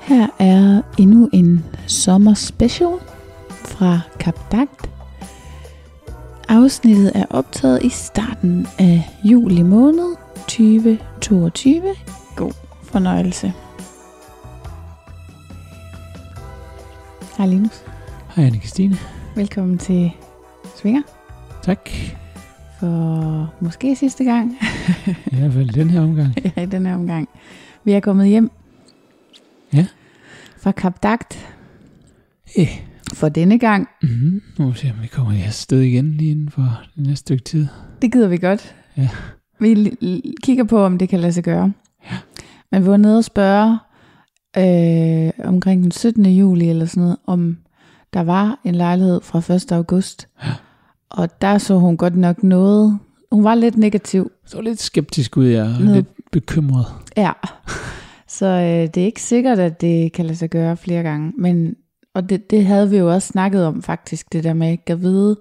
Her er endnu en sommer special fra Kap Dagt. Afsnittet er optaget i starten af juli måned 2022. God fornøjelse. Hej Linus. Hej anne Christine. Velkommen til Svinger Tak. for måske sidste gang I hvert fald i den her omgang. i den her omgang. Vi er kommet hjem Ja. fra Kap Dagt Yeah. for denne gang. Eh, Mm-hmm. Nu må vi se, om vi kommer i afsted igen lige inden for det næste stykke tid. Det gider vi godt. Ja. Vi l- l- kigger på, om det kan lade sig gøre. Men vi var nede og spørge øh, omkring den 17. juli eller sådan noget, om der var en lejlighed fra 1. august. Ja. Og der så hun godt nok noget. Hun var lidt negativ. Så lidt skeptisk ud, jeg er Nå. lidt bekymret. Ja. Så øh, det er ikke sikkert, at det kan lade sig gøre flere gange. Men, og det, det havde vi jo også snakket om faktisk, det der med ikke at vide,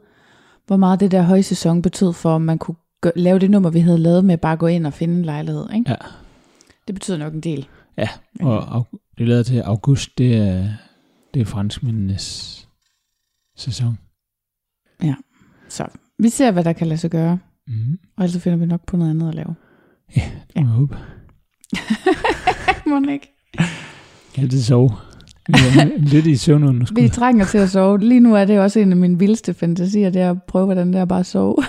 hvor meget det der højsæson betød for, om man kunne gø- lave det nummer, vi havde lavet med bare at gå ind og finde en lejlighed. Ikke? Ja. Det betyder nok en del. Ja, og au- det lader til august, det er, det er franskmændenes sæson. Så vi ser, hvad der kan lade sig gøre. Mm-hmm. Og ellers så finder vi nok på noget andet at lave. Det må jeg håbe. Må den ikke? Jeg kan altid sove. Vi er lidt i søvn under Vi skud. trænger til at sove. Lige nu er det også en af mine vildeste fantasier, det er at prøve, hvordan det er bare at sove.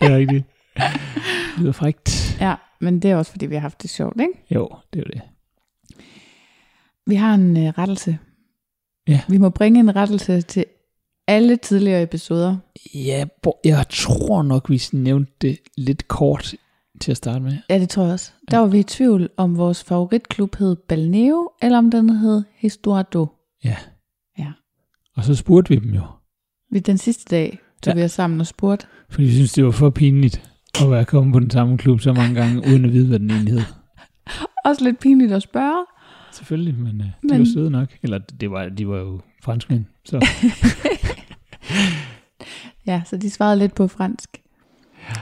Det er rigtigt. Det lyder frækt. ja, men det er også, fordi vi har haft det sjovt, ikke? Jo, det er jo det. Vi har en øh, rettelse. Ja. Vi må bringe en rettelse til alle tidligere episoder. Ja, bo- jeg tror nok, vi nævnte det lidt kort til at starte med. Ja, det tror jeg også. Der var vi i tvivl, om vores favoritklub hed Balneo, eller om den hed Historiado. Ja. Ja. Og så spurgte vi dem jo, Vi den sidste dag tog ja. Ja. vi os sammen og spurgte. fordi vi synes det var for pinligt at være kommet på den samme klub så mange gange, uden at vide, hvad den egentlig hed. Også lidt pinligt at spørge. Selvfølgelig, men øh, de Men- var søde nok. Eller det var, de var jo franskmænd, så Ja, så de svarede lidt på fransk.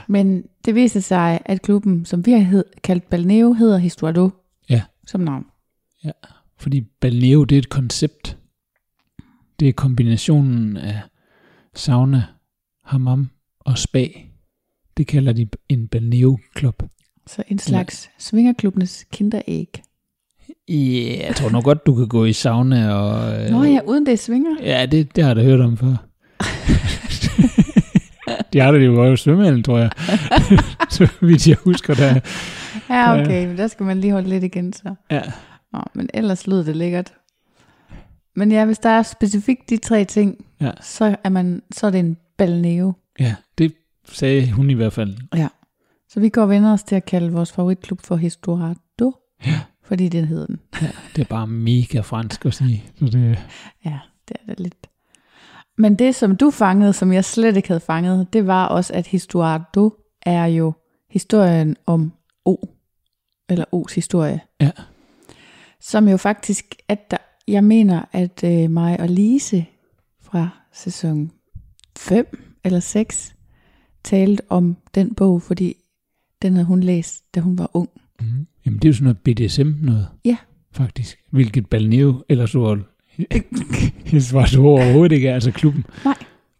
Men det viser sig, at klubben, som vi har hed, kaldt Balneo, hedder Historiado. Ja. Som navn. Fordi balneo, det er et koncept. Det er kombinationen af sauna, hammam og spa. Det kalder de en balneo-klub. Så en slags svingerklubbenes kinderæg. Ja, jeg tror nok godt, du kan gå i sauna og... øh, Nå ja, uden det er svinger. Ja, det, det har jeg da hørt om før. de har det jo godt i svømmehallen, tror jeg. så vidt jeg husker, der. Ja, Ja. okay, men der skal man lige holde lidt igen så. Ja. Nå, men ellers lød det lækkert. Men ja, hvis der er specifikt de tre ting, Ja. så, er man, så er det en balneo. ja, det sagde hun i hvert fald. Så vi går og vender os til at kalde vores favoritklub for Historado, ja. fordi den hedder den. Det er bare mega fransk at sige. Så det, Ja, det er det lidt. Men det, som du fangede, som jeg slet ikke havde fanget, det var også, at Historado er jo historien om O, eller O's historie. Ja. Som jo faktisk, at der, jeg mener, at øh, mig og Lise fra sæson 5 eller 6 talte om den bog, fordi den havde hun læst, da hun var ung. mm. Jamen, det er jo sådan noget BDSM noget. Ja. Faktisk. Hvilket balneo ellers var hendes var så overhovedet ikke er, altså klubben.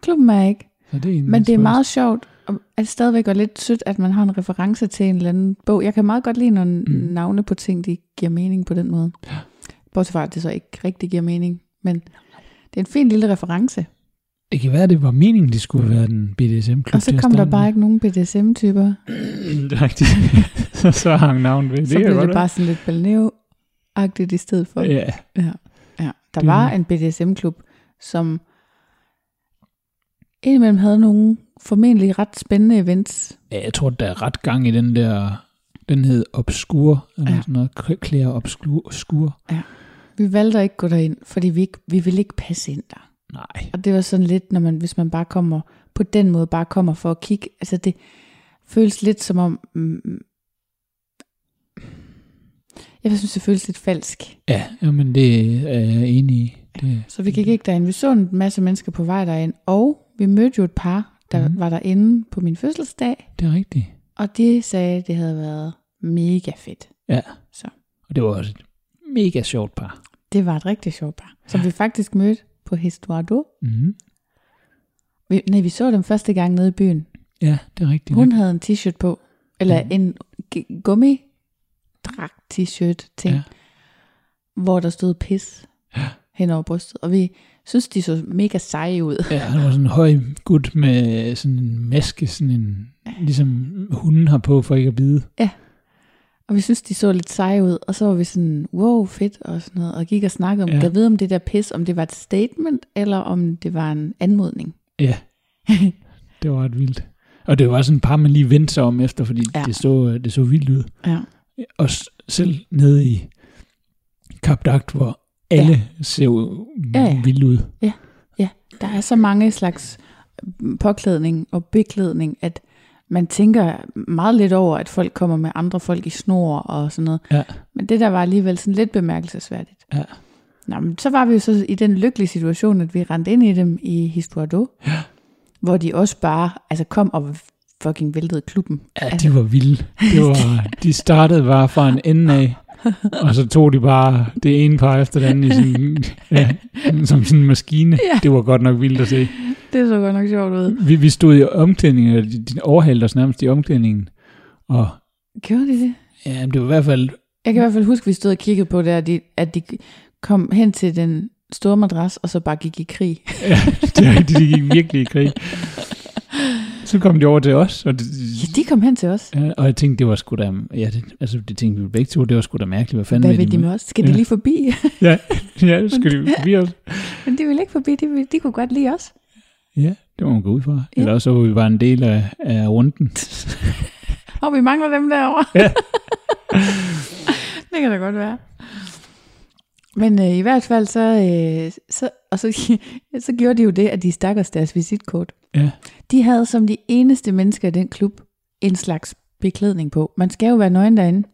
Klubben er ikke Så det er en Men det er meget sjovt, og er det stadigvæk og lidt sødt, at man har en reference til en eller anden bog. Jeg kan meget godt lide, når mm. navne på ting, de giver mening på den måde. Bortset fra, at det så ikke rigtig giver mening, men det er en fin lille reference. Det kan være, det var meningen, det skulle have været en BDSM-klub. Og så til at kom der starte bare med. ikke nogen BDSM-typer. det er rigtigt. så, så hang navnet ved. Så kan blev godt det være. bare sådan lidt balneo-agtigt i stedet for. Ja, Ja. ja. Der Det- var en BDSM-klub, som indimellem havde nogle formentlig ret spændende events. Ja, jeg tror, der er ret gang i den der, den hed Obscure, eller Ja. ja. sådan noget, Claire Obscure. Obscure. Vi valgte at ikke gå derind, fordi vi, ikke, vi ville ikke passe ind der. Nej, Og det var sådan lidt, når man, hvis man bare kommer på den måde, bare kommer for at kigge. Altså det føles lidt som om... Mm, jeg synes, det føles lidt falsk. ja, jamen det er jeg enig i. Det, Så vi gik ikke derind. Vi så en masse mennesker på vej derind, og vi mødte jo et par, der mm. Mhm. var derinde på min fødselsdag. det er rigtigt. Og de sagde, at det havde været mega fedt. Ja, Så. og det var også et mega sjovt par. Det var et rigtig sjovt par, som vi faktisk mødte på Historiado. Mm-hmm. Mhm. Vi, nej, vi så dem første gang nede i byen. Ja, det er rigtigt. Hun nok. havde en t-shirt på, eller Mhm. en g- gummi dragt t-shirt ting, Ja. ja. hvor der stod pis Ja. hen over brystet. Og vi synes, de så mega seje ud. Ja, han var sådan en høj gut med sådan en maske, sådan en, ligesom hunden har på for ikke at bide. Og vi synes, de så lidt seje ud, og så var vi sådan, wow, fedt, og sådan noget, og gik og snakkede om, Ja. ja. jeg ved om det der pis, om det var et statement, eller om det var en anmodning. Ja, det var ret vildt. Og det var sådan et par, man lige vendte sig om efter, fordi ja. Ja. det, så, det så vildt ud. Ja. Og s- selv nede i Kap Dagt, hvor alle ja. ser jo Ja, ja. vildt ud. Der er så mange slags påklædning og beklædning, at man tænker meget lidt over, at folk kommer med andre folk i snor og sådan noget. Ja. Men det der var alligevel sådan lidt bemærkelsesværdigt. Ja. Nå, men så var vi jo så i den lykkelige situation, at vi rendte ind i dem i Historiado, ja. hvor de også bare altså kom og fucking væltede klubben. Altså, Ja, de var vilde. Det var, de startede bare fra en ende af, og så tog de bare det ene par efter det andet i sådan, ja, som sådan en maskine. Ja. Det var godt nok vildt at se. Det så godt nok sjovt ud. Vi, vi stod i omklædningen, eller de, de overhalte os nærmest i omklædningen, og Gjorde de det? ja, det var i hvert fald, Jeg kan i hvert fald huske, at vi stod og kiggede på det, at de, at de kom hen til den store madras, og så bare gik i krig. ja, det var, de gik virkelig i krig. Så kom de over til os, og det, Ja, de kom hen til os. Ja, og jeg tænkte, det var sgu da... Ja, det, altså, det tænkte vi begge to, det var sgu da mærkeligt. Hvad fanden Hvad vil de med os? Skal de Ja. lige forbi? Ja, ja, skal de forbi os? Men de ville ikke forbi, de, ville, de kunne godt lide os. Ja, det må man gå ud fra. Ja. Eller også var vi bare en del af, af runden. Og vi mangler dem derovre. Ja. det kan da godt være. Men øh, i hvert fald så, øh, så, og så, så gjorde de jo det, at de stak os deres visitkort. Ja. De havde som de eneste mennesker i den klub en slags beklædning på. Man skal jo være nøgen derinde.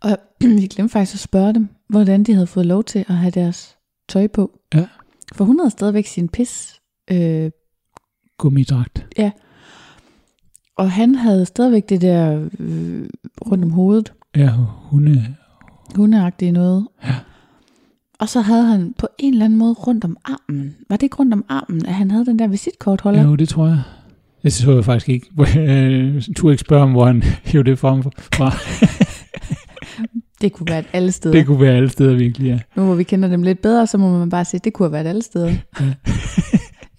Og vi glemte faktisk at spørge dem, hvordan de havde fået lov til at have deres tøj på. Ja. For hun havde stadigvæk sin pis øh, Gummidragt. Og han havde stadigvæk det der øh, rundt om hovedet, Ja, hunde. hundeagtige noget. Ja. Og så havde han på en eller anden måde rundt om armen. Var det ikke rundt om armen, at han havde den der visitkortholder? Ja, det tror jeg. Det så jeg faktisk ikke. Jeg turde ikke spørge om, hvor han hævde det frem fra. Det kunne være et alle steder. Det kunne være alle steder virkelig, ja. Nu hvor vi kender dem lidt bedre, så må man bare sige, at det kunne have været alle steder.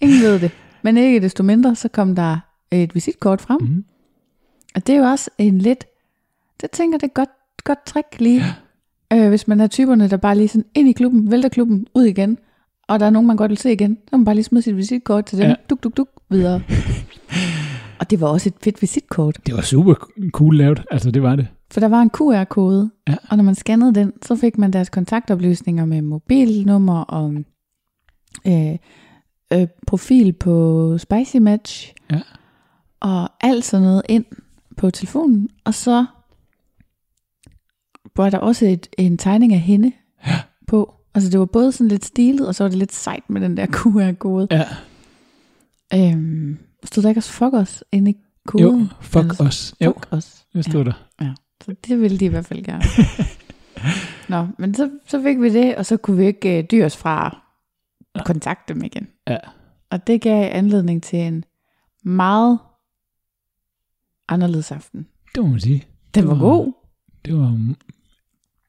Ingen ved det. Men ikke desto mindre, så kom der et visitkort frem. Mhm. Mm. Og det er jo også en lidt, det tænker jeg, det er et godt, godt trick lige. Øh, hvis man er typerne, der bare lige sådan ind i klubben, vælter klubben, ud igen, og der er nogen, man godt vil se igen, så kan man bare lige smide sit visitkort til dem, Ja. ja. duk, duk, duk, videre. og det var også et fedt visitkort, Det var super cool lavet. Altså, det var det. for der var en QR-kode, Ja. og når man scannede den, så fik man deres kontaktoplysninger med mobilnummer og øh, øh, profil på Spicy Match Ja. og alt sådan noget ind på telefonen. Og så var der også et, en tegning af hende Ja. på. Altså det var både sådan lidt stilet, og så var det lidt sejt med den der QR-kode. Ja. Øhm, stod der ikke også fuck os inde i koden? Jo, fuck Altså, os. Jo, Fuck os. det stod der. Så det ville de i hvert fald gerne. Nå, men så, så fik vi det, og så kunne vi ikke øh, dyres fra at kontakte dem igen. Ja. Og det gav anledning til en meget anderledes aften. Det må man sige. Den var Nå. god. Det var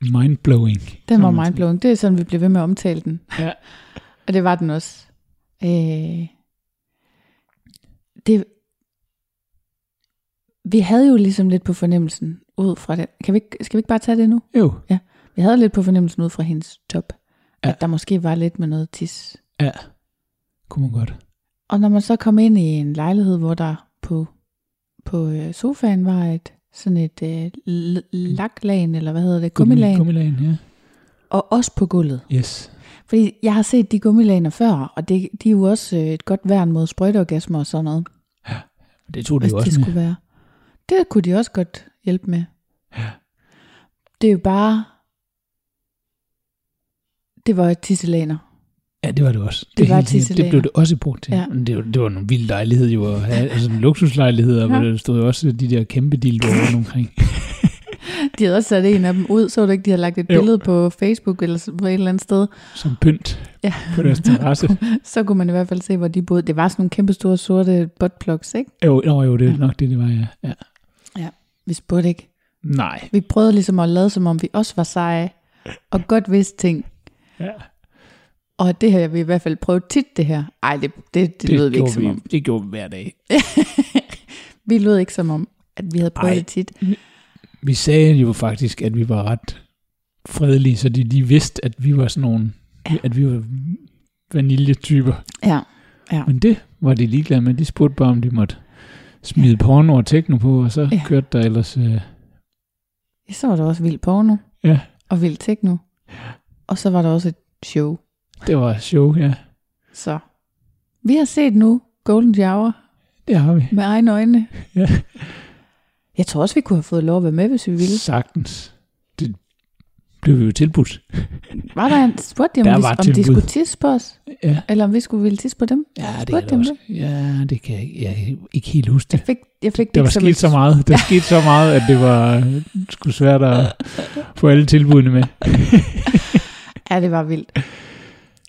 mindblowing. Den som var man siger. mindblowing. Det er sådan, vi blev ved med at omtale den. Ja. Og det var den også. Øh, det, vi havde jo ligesom lidt på fornemmelsen ud fra det. Kan vi, ikke- skal vi ikke bare tage det nu? Jo, Vi havde lidt på fornemmelsen ud fra hendes top, ja. Ja. at der måske var lidt med noget tis. ja, kunne man godt. Og når man så kom ind i en lejlighed, hvor der på, på øh, sofaen var et sådan et øh, l- laklagen, eller hvad hedder det, gummilagen, gummi. Gummilagen, ja. og også på gulvet. Yes. Fordi jeg har set de gummilagener før, og det, de er jo også øh, et godt værn mod sprøjteorgasmer og sådan noget, Det tog det hvis Altså, jo det også med. skulle være. Det kunne de også godt hjælpe med. Ja. Det er jo bare... Det var tisselaner. Ja, det var det også. Det, var helt sikkert. tisselaner. det blev det også brugt til. Ja. Ja. Men det, var, det var nogle vilde lejligheder jo, at have, altså nogle luksuslejligheder, ja. hvor Ja. der stod jo også de der kæmpe dildoer rundt omkring. De havde også sat en af dem ud, så du ikke, de havde lagt et Jo. billede på Facebook eller sådan- på et eller andet sted. Som pynt Ja. ja. på deres terrasse. Så kunne man i hvert fald se, hvor de boede. Det var sådan nogle kæmpe store sorte buttplugs, ikke? Jo, jo, jo det er nok det, det var, ja. ja. Vi spurgte ikke. Nej. Vi prøvede ligesom at lade, som om vi også var seje og godt vidste ting. Ja. Og det har vi i hvert fald prøvet tit, det her. Ej, det, det, det, det lød vi ikke gjorde som om. Det gjorde vi hver dag. Vi lød ikke som om, at vi havde prøvet Ej. Ej. det tit. Vi sagde jo faktisk, at vi var ret fredelige, så de, de vidste, at vi var sådan nogle, ja. at vi var vaniljetyper. Ja, Men det var de ligeglade med. De spurgte bare, om de måtte smide porno og techno på, og så Ja. ja. kørte der ellers... Øh, så var der også vild porno ja, og vild techno. Og så var der også et show. det var show, ja. Så vi har set nu Golden Shower Det har vi. med egne øjne. Ja. Jeg tror også, vi kunne have fået lov at være med, hvis vi ville. Sagtens. Det blev vi jo tilbudt. Var der en, spurgte de, om, Der vi, var om de tilbud. skulle tisse på os? Ja, Eller om vi skulle ville tisse på dem? ja det Spurgte kan jeg dem også. Ja, det kan jeg, ikke- jeg kan ikke helt huske Jeg det. fik, jeg fik det Der var ikke som sket et- så meget, der skete så meget, at det var øh, sgu svært at få alle tilbudene med. Ja, det var vildt.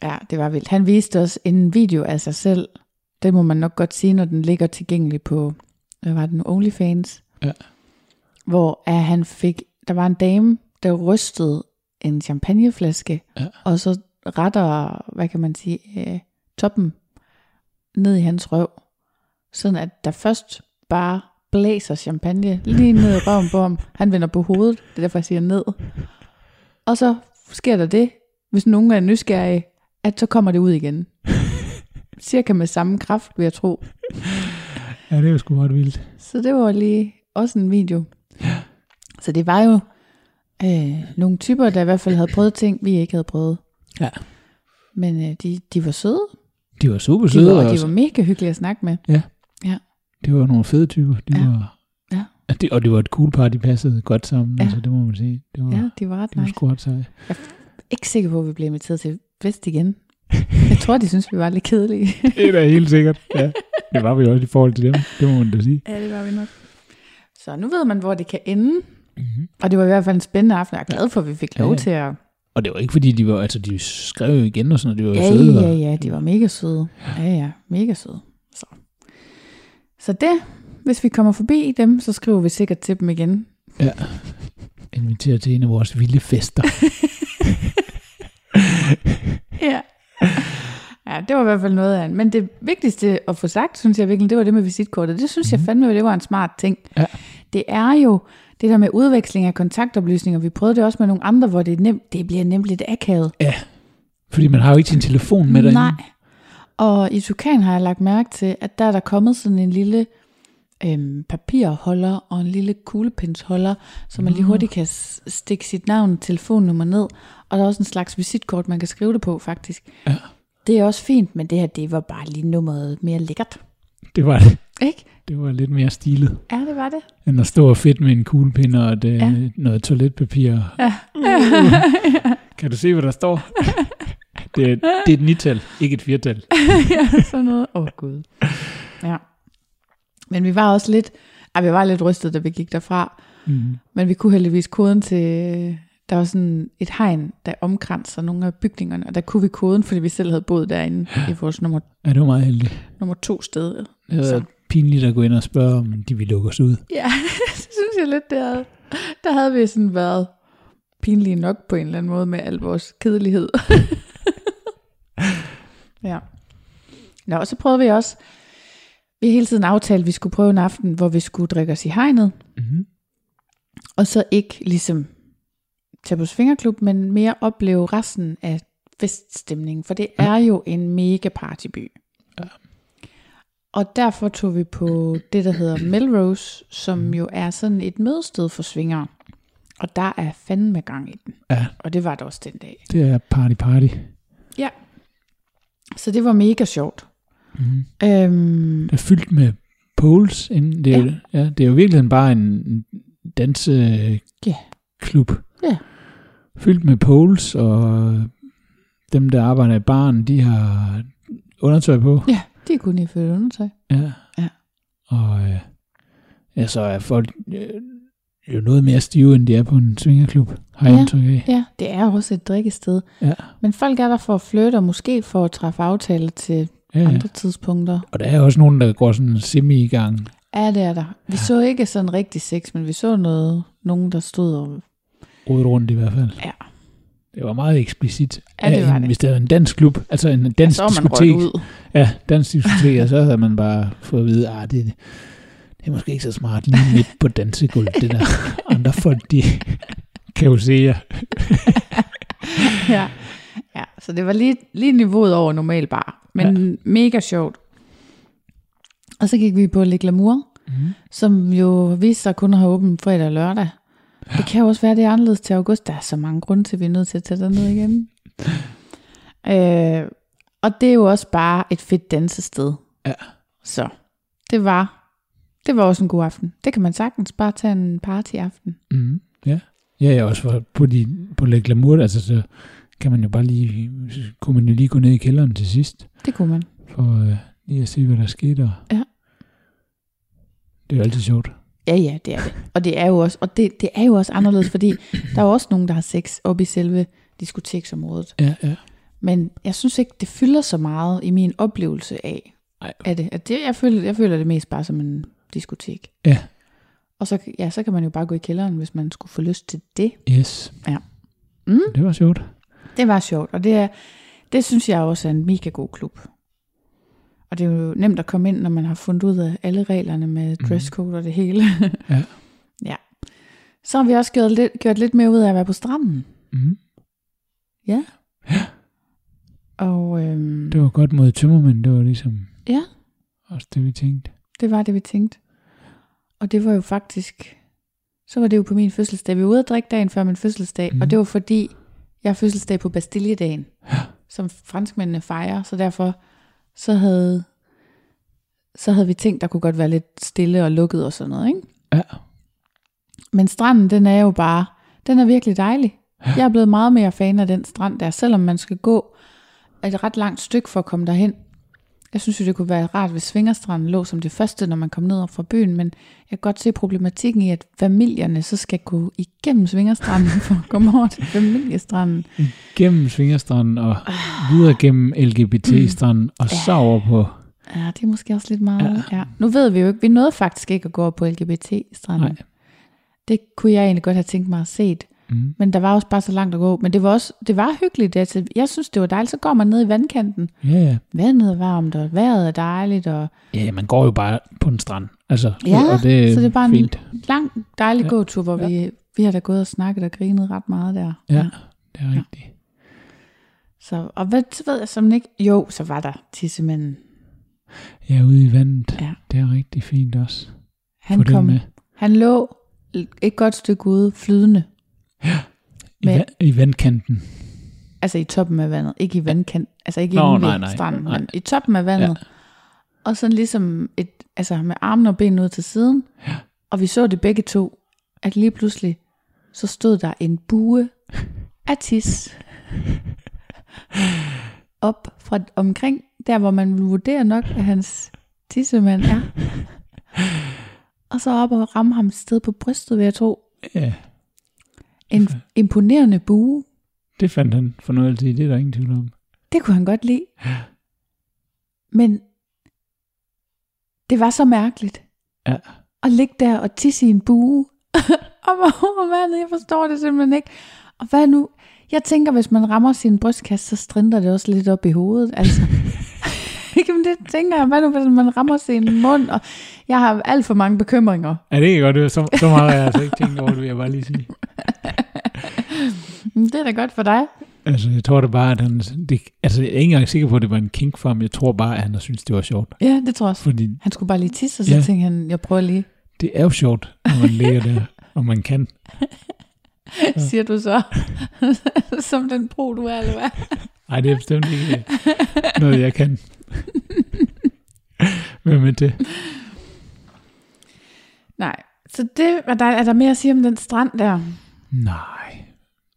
Ja, det var vildt. Han viste os en video af sig selv. Det må man nok godt sige, når den ligger tilgængelig på, hvad var det nu, OnlyFans. Ja. Hvor at han fik, der var en dame, der rystede en champagneflaske, Ja. og så retter, hvad kan man sige, øh, toppen ned i hans røv. Sådan at der først bare blæser champagne lige ned i røven på ham. Han vender på hovedet, det er derfor jeg siger ned. Og så sker der det, hvis nogen er nysgerrige, at så kommer det ud igen. Cirka med samme kraft, vil jeg tro. Ja, det var sgu ret vildt. Så det var lige også en video. Så det var jo øh, nogle typer, der i hvert fald havde prøvet ting, vi ikke havde prøvet. Ja. Men øh, de, de var søde. De var super De søde. var, og de også. var mega hyggelige at snakke med. Det var nogle fede typer. De Ja. ja. var, Ja. At det, og det var et cool par, de passede godt sammen. Ja. Ja. Altså, det må man sige. Det var, ja. Ja, de var ret det var nice. sgu ret seje. Ikke sikker på, at vi blev inviteret til fest igen. Jeg tror, de synes, vi var lidt kedelige. Det er da helt sikkert. Ja. Det var vi også i forhold til dem. Det må man da sige. Ja, det var vi nok. Så nu ved man, hvor det kan ende. Mm-hmm. Og det var i hvert fald en spændende aften. Jeg er glad for, at vi fik Ja, lov ja. til at... Og det var ikke fordi, de var, altså de skrev jo igen og sådan, og de var jo Ja, søde. ja, Og, ja, de var mega søde. Ja, ja, mega søde. Så. så det, hvis vi kommer forbi dem, så skriver vi sikkert til dem igen. inviteret til en af vores vilde fester. Ja. Ja, det var i hvert fald noget af en. Men det vigtigste at få sagt, synes jeg virkelig, det var det med visitkortet. Det synes mm. jeg fandme, det var en smart ting. Mhm. Ja. Det er jo det der med udveksling af kontaktoplysninger. Vi prøvede det også med nogle andre, hvor det, er nemt, det bliver nemt lidt akavet. ja. Fordi man har jo ikke sin telefon med derinde. Nej. Og i Tukan har jeg lagt mærke til, at der er der kommet sådan en lille øhm, papirholder og en lille kuglepindsholder, så man lige hurtigt kan s- stikke sit navn og telefonnummer ned. Og der er også en slags visitkort, man kan skrive det på faktisk. Ja. Det er også fint, men det her, det var bare lige nummeret mere lækkert. Det var det. Ikke? Det var lidt mere stilet, Ja, det var det. end at stå og fedt med en kuglepind og et, Ja. ja. noget toiletpapir. Ja. Kan du se, hvad der står? Det er, det er et nital, ikke et firtal. sådan noget. Åh oh, gud. Ja. Men vi var også lidt, ej, vi var lidt rystet, da vi gik derfra. Mm. Men vi kunne heldigvis koden til, der var sådan et hegn, der omkranser nogle af bygningerne, og der kunne vi koden, fordi vi selv havde boet derinde i vores nummer, Ja, det var meget heldigt. nummer to sted. Det var Så. pinligt at gå ind og spørge, om de ville lukke os ud. Ja, det synes jeg lidt, det havde. Der havde vi sådan været pinlige nok på en eller anden måde med al vores kedelighed. ja. Nå, og så prøvede vi også, vi har hele tiden aftalt, at vi skulle prøve en aften, hvor vi skulle drikke os i hegnet, Mm-hmm. og så ikke ligesom tage på svingerklub, men mere opleve resten af feststemningen, for det er jo en mega partyby. Ja. Og derfor tog vi på det, der hedder Melrose, som jo er sådan et mødested for svingere. Og der er fandme gang i den. Ja, Og det var der også den dag. det er party party. Ja. Så det var mega sjovt. Mm-hmm. Øhm, Det er fyldt med poles. Inden. Det, er, ja. Ja, det er jo virkelig bare en en Ja. danseklub. Ja. Fyldt med poles, og dem, der arbejder i baren, de har undertøj på. ja, det kunne I følge undertøj. Ja. Ja. Og øh, ja, så er folk øh, jo noget mere stive, end de er på en svingerklub, har jeg Ja. indtryk af. Ja, det er jo også et drikkested. Ja. Men folk er der for at flytte, og måske for at træffe aftaler til Ja, ja. ja. andre tidspunkter. Og der er også nogen, der går sådan semi i gang. Ja, det er der. Vi så ikke sådan rigtig sex, men vi så noget, nogen, der stod og... Rodet rundt i hvert fald. Ja. Det var meget eksplicit. Ja, det Af var en, det. Hvis det var en dansk klub, altså en dansk så var man diskotek. rødt ud. Ja, dansk diskotek, og så havde man bare fået at vide, at det, det er måske ikke så smart lige midt på dansegulvet, det der. Andre folk, de kan jo se jer. ja. ja, så det var lige, lige niveauet over normal bar. Men ja. mega sjovt. Og så gik vi på Le Glamour, mm. som jo viste sig kun at have åbent fredag og lørdag. Det kan jo også være, det er anderledes til august. Der er så mange grunde til, at vi er nødt til at tage derned igen. øh, og det er jo også bare et fedt dansested. Ja. Så det var, det var også en god aften. Det kan man sagtens bare tage en partyaften. Mm, ja. ja, jeg også for, på, de, på Le Glamour, altså så kan man jo bare lige, så kunne man jo lige gå ned i kælderen til sidst, Det kunne man. for øh, lige at se, hvad der skete. Og Ja. Det er jo altid sjovt. Ja, ja, det er det. Og det er jo også, og det, det er jo også anderledes, fordi der er jo også nogen, der har sex oppe i selve diskoteksområdet. Ja, ja. Men jeg synes ikke, det fylder så meget i min oplevelse af, Ej. af det. At det jeg, føler, jeg føler det mest bare som en diskotek. Ja, Og så, ja, så kan man jo bare gå i kælderen, hvis man skulle få lyst til det. yes. Ja. Mm. Det var sjovt. Det var sjovt, og det, er, det synes jeg også er en mega god klub. Og det er jo nemt at komme ind, når man har fundet ud af alle reglerne med dresscode og det hele. Mhm. Ja. ja. Så har vi også gjort lidt, gjort lidt mere ud af at være på stranden. Mm. Ja. Og øhm, Det var godt mod tømmermænd, det var ligesom ja, også det, vi tænkte. det var det, vi tænkte. Og det var jo faktisk, så var det jo på min fødselsdag. Vi var ude at drikke dagen før min fødselsdag, mm. og det var fordi, jeg har fødselsdag på Bastilledagen, som franskmændene fejrer, så derfor så havde, så havde vi tænkt, der kunne godt være lidt stille og lukket og sådan noget, ikke? Ja, Men stranden, den er jo bare, den er virkelig dejlig. Jeg er blevet meget mere fan af den strand der, selvom man skal gå et ret langt stykke for at komme derhen. Jeg synes jo, det kunne være rart, hvis Svingerstranden lå som det første, når man kom ned fra byen, men jeg kan godt se problematikken i, at familierne så skal gå igennem Svingerstranden for at komme over til familiestranden. gennem Svingerstranden og videre gennem LGBT-stranden, og så over på... Ja, det er måske også lidt meget. Ja. Nu ved vi jo ikke, vi nåede faktisk ikke at gå over på LGBT-stranden. Nej. Det kunne jeg egentlig godt have tænkt mig at set. Mm. Men der var også bare så langt at gå. Men det var også det var hyggeligt. Altså, jeg synes, det var dejligt. Så går man ned i vandkanten. Ja, ja. Vandet er varmt, og vejret er dejligt. Og, Ja, man går jo bare på en strand. Altså, ja, og det er, så det er bare fint. en lang, dejlig ja. gåtur, hvor ja. vi, vi har da gået og snakket og grinet ret meget der. Ja, det er rigtigt. Så, og hvad så ved jeg som ikke? Jo, så var der tissemanden. Ja, ude i vandet. Ja. Det er rigtig fint også. Få Han, det kom, med. han lå et godt stykke ude, flydende. I, Men- va- I vandkanten. Altså i toppen af vandet, ikke i vandkant, altså ikke Nå, Nå, inde ved nej, nej, stranden, nej. men i toppen af vandet. Ja. Og sådan ligesom et, altså med armen og benene ud til siden. Ja. Og vi så det begge to, at lige pludselig, så stod der en bue af tis op fra omkring, der hvor man ville vurdere nok, at hans tissemand er. Og så op og ramme ham et sted på brystet, vil jeg tro. Ja, En imponerende bue. det fandt han fornøjelse i. Det er der ingen tvivl om. Det kunne han godt lide. Men det var så mærkeligt Ja. at ligge der og tisse i en bue om over vandet. Jeg forstår det simpelthen ikke. Og hvad nu? Jeg tænker, hvis man rammer sin brystkasse, så strinder det også lidt op i hovedet. Altså. Jamen det tænker jeg, hvad nu hvis man rammer sin mund, og jeg har alt for mange bekymringer. Ja, det kan godt være. Så, så meget har jeg altså ikke tænkt over det, vil jeg bare lige sige. Men Det er da godt for dig. Altså, jeg tror da bare, at han... Det, altså, jeg er ikke engang sikker på, at det var en kink for ham. Jeg tror bare, at han har syntes, det var sjovt. Ja, det tror jeg også. Fordi Han skulle bare lige tisse, og så Ja. tænkte han, jeg prøver lige. det er jo sjovt, når man ligger der, og man kan. Siger du så, som den bro, du er, eller hvad? Nej, det er bestemt ikke noget, jeg kan. Hvem er det? Nej, så det var dejligt. Er der mere at sige om den strand der? Nej,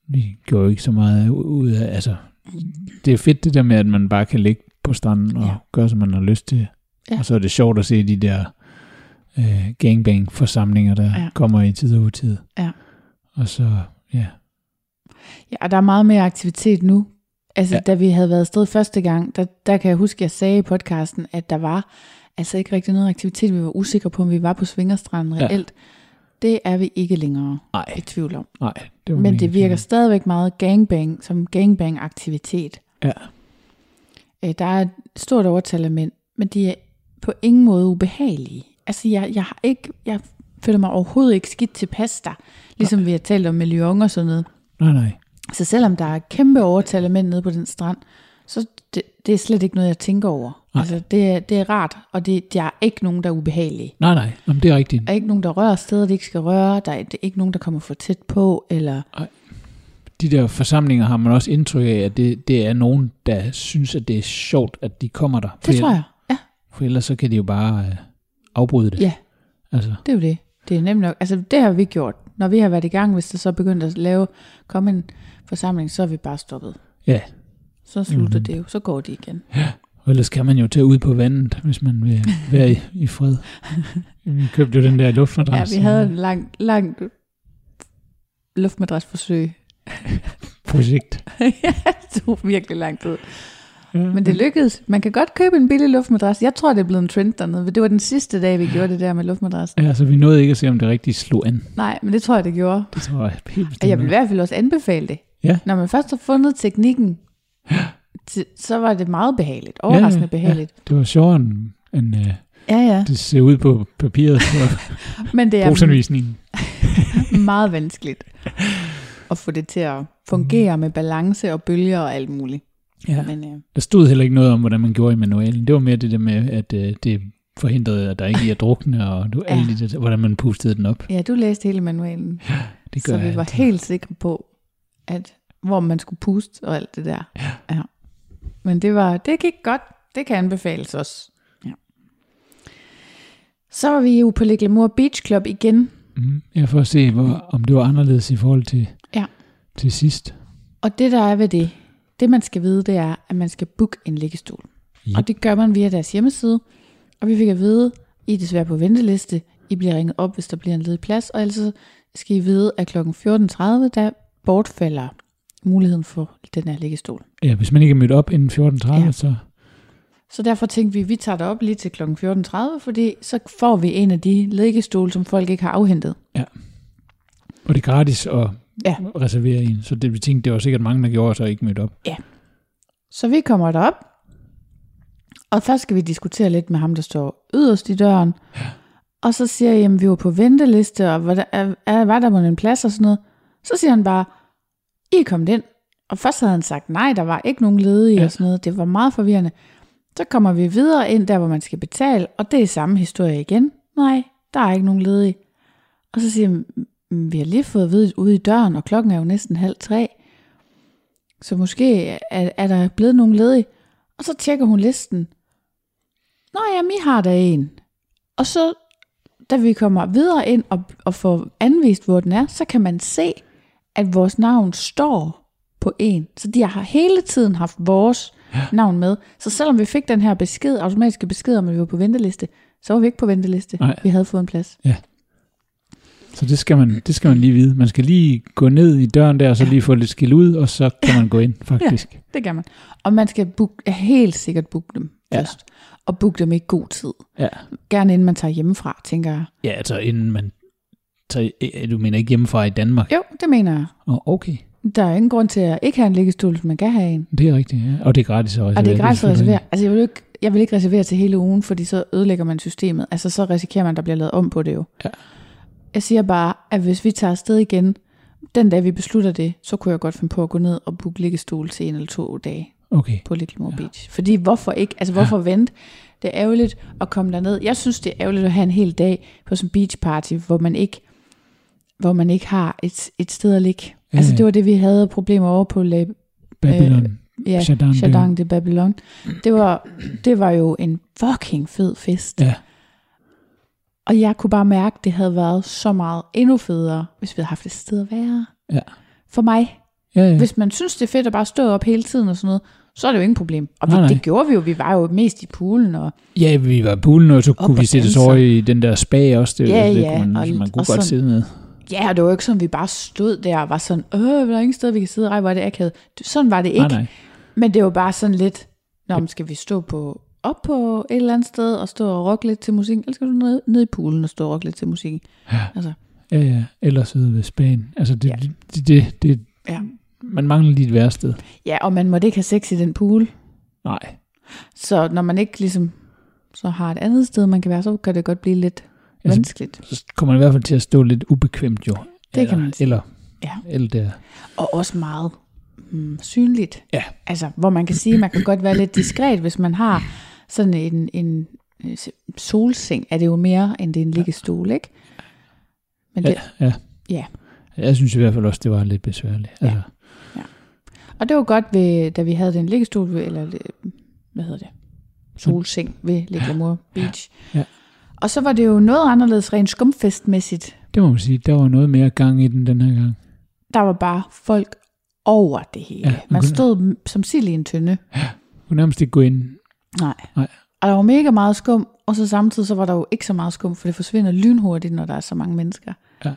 vi gjorde jo ikke så meget ud af, altså, det er fedt det der med, at man bare kan ligge på stranden og Ja. ja. gøre, som man har lyst til. Ja. Ja. Og så er det sjovt at se de der øh, gangbang-forsamlinger, der Ja. ja. kommer i tid og utid. Ja. Og så, ja, Ja, og der er meget mere aktivitet nu. Altså, ja. Ja. da vi havde været afsted første gang, der, der kan jeg huske, at jeg sagde i podcasten, at der var altså ikke rigtig noget aktivitet. Vi var usikre på, om vi var på Svingerstranden Ja. reelt. Det er vi ikke længere nej, i tvivl om. nej. Det var Men mega det virker fint. stadigvæk meget gangbang, som gangbang-aktivitet. Ja. Øh, Der er et stort overtal af mænd, men de er på ingen måde ubehagelige. Altså, jeg, jeg, har ikke, jeg føler mig overhovedet ikke skidt tilpas der, ligesom vi har talt om med Lyon og sådan noget. Nej, nej. Så selvom der er kæmpe overtal af mænd nede på den strand, så det, det er slet ikke noget, jeg tænker over. Nej. Altså, det, er- det er rart, og det, der er ikke nogen, der er ubehagelige. Nej, nej, Jamen, det er rigtigt. Der er ikke nogen, der rører steder, de ikke skal røre. Der er det er ikke nogen, der kommer for tæt på, eller... de der forsamlinger har man også indtryk af, at det, det er nogen, der synes, at det er sjovt, at de kommer der. For Det tror jeg. Ja, For ellers så kan de jo bare øh, afbryde det. Ja. Altså, det er jo det. Det er nemt nok. Altså, det har vi gjort. Når vi har været i gang, hvis der så begyndt at lave, komme en forsamling, så er vi bare stoppet. ja. Så Mhm. slutter det jo. Så går de igen. Og ellers kan man jo tage ud på vandet, hvis man vil være i, i fred. Vi købte jo den der Ja, luftmadras. øh, vi havde en lang, lang luftmadrasforsøg. Projekt. ja, det tog virkelig lang tid. Ja. Men det lykkedes. Man kan godt købe en billig luftmadras. Jeg tror, det er blevet en trend dernede. men Det var den sidste dag, vi gjorde det der med luftmadrassen. Ja, så vi nåede ikke at se, om det rigtig slog an. Nej, men det tror jeg, det gjorde. Det tror jeg helt bestemt. Og jeg vil i hvert fald også anbefale det. Mm. Ja. Når man først har fundet teknikken, til- så var det meget behageligt. Overraskende Ja, ja, ja. behageligt. Det var sjovere, end, end øh, Ja, ja. det ser ud på papiret på Men det er brugsanvisningen. meget vanskeligt at få det til at fungere med balance og bølger og alt muligt. Ja. Men øh, Der stod heller ikke noget om, hvordan man gjorde i manualen. Det var mere det der med, at øh, det forhindrede at der ikke i at drukne, og du, ja. alle de der, hvordan man pustede den op. ja, du læste hele manualen, Det gør så jeg vi var altid. helt sikre på, at hvor man skulle puste og alt det der. Ja. ja. Men det, var, det gik godt. Det kan anbefales også. Ja. Så var vi jo på Le Glamour Beach Club igen. Mm, jeg får se, hvor, om det var anderledes i forhold til, Ja. til sidst. Og det, der er ved det, det man skal vide, det er, at man skal booke en liggestol. Yep. Og det gør man via deres hjemmeside. Og vi fik at vide, I er desværre på venteliste. I bliver ringet op, hvis der bliver en ledig plads. Og ellers så skal I vide, at kl. 14.30, der bortfalder muligheden for den her liggestol. Ja, hvis man ikke er mødt op inden 14.30, Ja. ja. så... Så derfor tænkte vi, at vi tager det op lige til kl. 14.30, fordi så får vi en af de liggestole, som folk ikke har afhentet. Og det er gratis at Ja. ja. reservere en. Så det, vi tænkte, det var sikkert mange, der gjorde, og så ikke mødte op. Så vi kommer derop, og først skal vi diskutere lidt med ham, der står yderst i døren. Ja. Og så siger jeg, at vi var på venteliste, og var der, er- er- var der mon en plads og sådan noget. Så siger han bare, I er kommet ind. Og først havde han sagt, nej, der var ikke nogen ledige ja. Ja. og sådan noget. Det var meget forvirrende. Så kommer vi videre ind der, hvor man skal betale, og det er samme historie igen. Nej, der er ikke nogen ledige. Og så siger han, "Mm, vi har lige fået at vide ude i døren, og klokken er jo næsten halv tre. Så måske er, er der blevet nogen ledige. Og så tjekker hun listen. Nå jamen, I har da en. Og så, da vi kommer videre ind og, og får anvist, hvor den er, så kan man se, at vores navn står på en. Så de har hele tiden haft vores navn med. Så selvom vi fik den her besked, automatiske besked om, at vi var på venteliste, så var vi ikke på venteliste. Nej. Vi havde fået en plads. Så det skal, man, det skal man lige vide. Man skal lige gå ned i døren der, og så lige få lidt skil ud, og så kan man gå ind, faktisk. Ja. Det kan man. Og man skal book, helt sikkert booke dem Ja. først. Og booke dem i god tid. Ja. Gerne inden man tager hjemmefra, tænker jeg. ja, altså inden man... Tager, eh, du mener ikke hjemmefra i Danmark? Jo, det mener jeg. Oh, okay, Der er ingen grund til at ikke have en liggestol, hvis man kan have en. det er rigtigt. Ja. Og det er gratis at reservere. Og det er gratis at selvfølgelig. reservere. Altså, jeg vil jo ikke, jeg vil ikke reservere til hele ugen, fordi så ødelægger man systemet. Altså, så risikerer man, at der bliver lavet om på det jo. Ja. Jeg siger bare, at hvis vi tager afsted igen, den dag vi beslutter det, så kunne jeg godt finde på at gå ned og booke liggestol til en eller to dage Okay. på Little ja. Beach. Fordi hvorfor ikke? Altså hvorfor ja. vente? Det er ærgerligt at komme derned. Jeg synes, det er ærgerligt at have en hel dag på sådan en beach party, hvor man ikke, hvor man ikke har et, et sted at ligge. Ja, Ja, altså ja. det var det, vi havde problemer over på La, Babylon. Øh, ja, Chardin de- Chardin de Babylon. Det var, det var jo en fucking fed fest. ja. Og jeg kunne bare mærke, at det havde været så meget endnu federe, hvis vi havde haft et sted at være. Ja. For mig. Ja, ja. Hvis man synes, det er fedt at bare stå op hele tiden og sådan noget, så er det jo ingen problem. Og Nej, vi, nej. det gjorde vi jo. Vi var jo mest i poolen og ja, vi var i poolen, og så Op kunne og vi sætte os danse. over i den der spa også. Det, Ja, det, ja, Kunne man, og- så man kunne og godt sådan- sidde ned. Ja, og det var jo ikke sådan, vi bare stod der og var sådan, øh, der er ingen sted, vi kan sidde, ej, hvor er det akavet. Det- Sådan var det ikke, Nej, nej. men det var bare sådan lidt, nå, men skal vi stå på, op på et eller andet sted og stå og rocke lidt til musikken, eller skal du ned, ned i poolen og stå og rocke lidt til musikken? Ja. Altså, Ja, ja. Ellers sidde ved spaen. Altså, det, Ja. ja. det, det, det, ja. man mangler lige et værsted. ja, og man måtte ikke have sex i den pool, Nej. så når man ikke ligesom så har et andet sted, man kan være, så kan det godt blive lidt Altså, vanskeligt. Så kommer man i hvert fald til at stå lidt ubekvemt, jo. kan eller, man sige. Eller, Ja. eller der. Og også meget mm, synligt. Ja. Altså, hvor man kan sige, at man kan godt være lidt diskret, hvis man har sådan en, en øh, solseng, er det jo mere, end det er en liggestol, ikke? Men det, Ja, ja. Ja. Jeg synes i hvert fald også, det var lidt besværligt. Ja. Altså, Og det var godt, ved, da vi havde den liggestol, ved, eller øh, hvad hedder det, solseng ved Legamore Beach. Ja. Og så var det jo noget anderledes rent skumfestmæssigt. det må man sige. Der var noget mere gang i den den her gang. Der var bare folk over det hele. Ja, Ja, man okay. stod m- som sild i en tynde. Du kunne nærmest ikke gå ind. Nej. Nej. Og der var mega meget skum, og så samtidig så var der jo ikke så meget skum, for det forsvinder lynhurtigt, når der er så mange mennesker. Ja.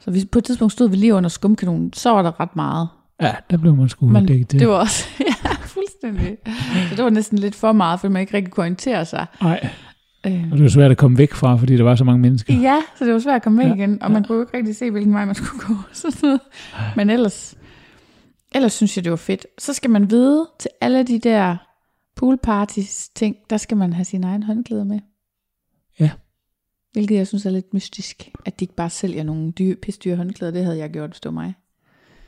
Så hvis på et tidspunkt stod vi lige under skumkanonen, så var der ret meget. Ja, der blev man sgu Men uddækket til. det var også, ja, fuldstændig. Så det var næsten lidt for meget, fordi man ikke rigtig kunne orientere sig. Nej, Øh, og det var svært at komme væk fra, fordi der var så mange mennesker. ja, så det var svært at komme væk Ja, igen, og man kunne jo ikke rigtig se, hvilken vej man skulle gå. og Sådan noget. Men ellers, ellers synes jeg, det var fedt. Så skal man vide, til alle de der poolparties ting, der skal man have sin egen håndklæder med. Ja. Hvilket jeg synes er lidt mystisk, at de ikke bare sælger nogle dyre, pisdyre håndklæder. Det havde jeg gjort, hvis det var mig.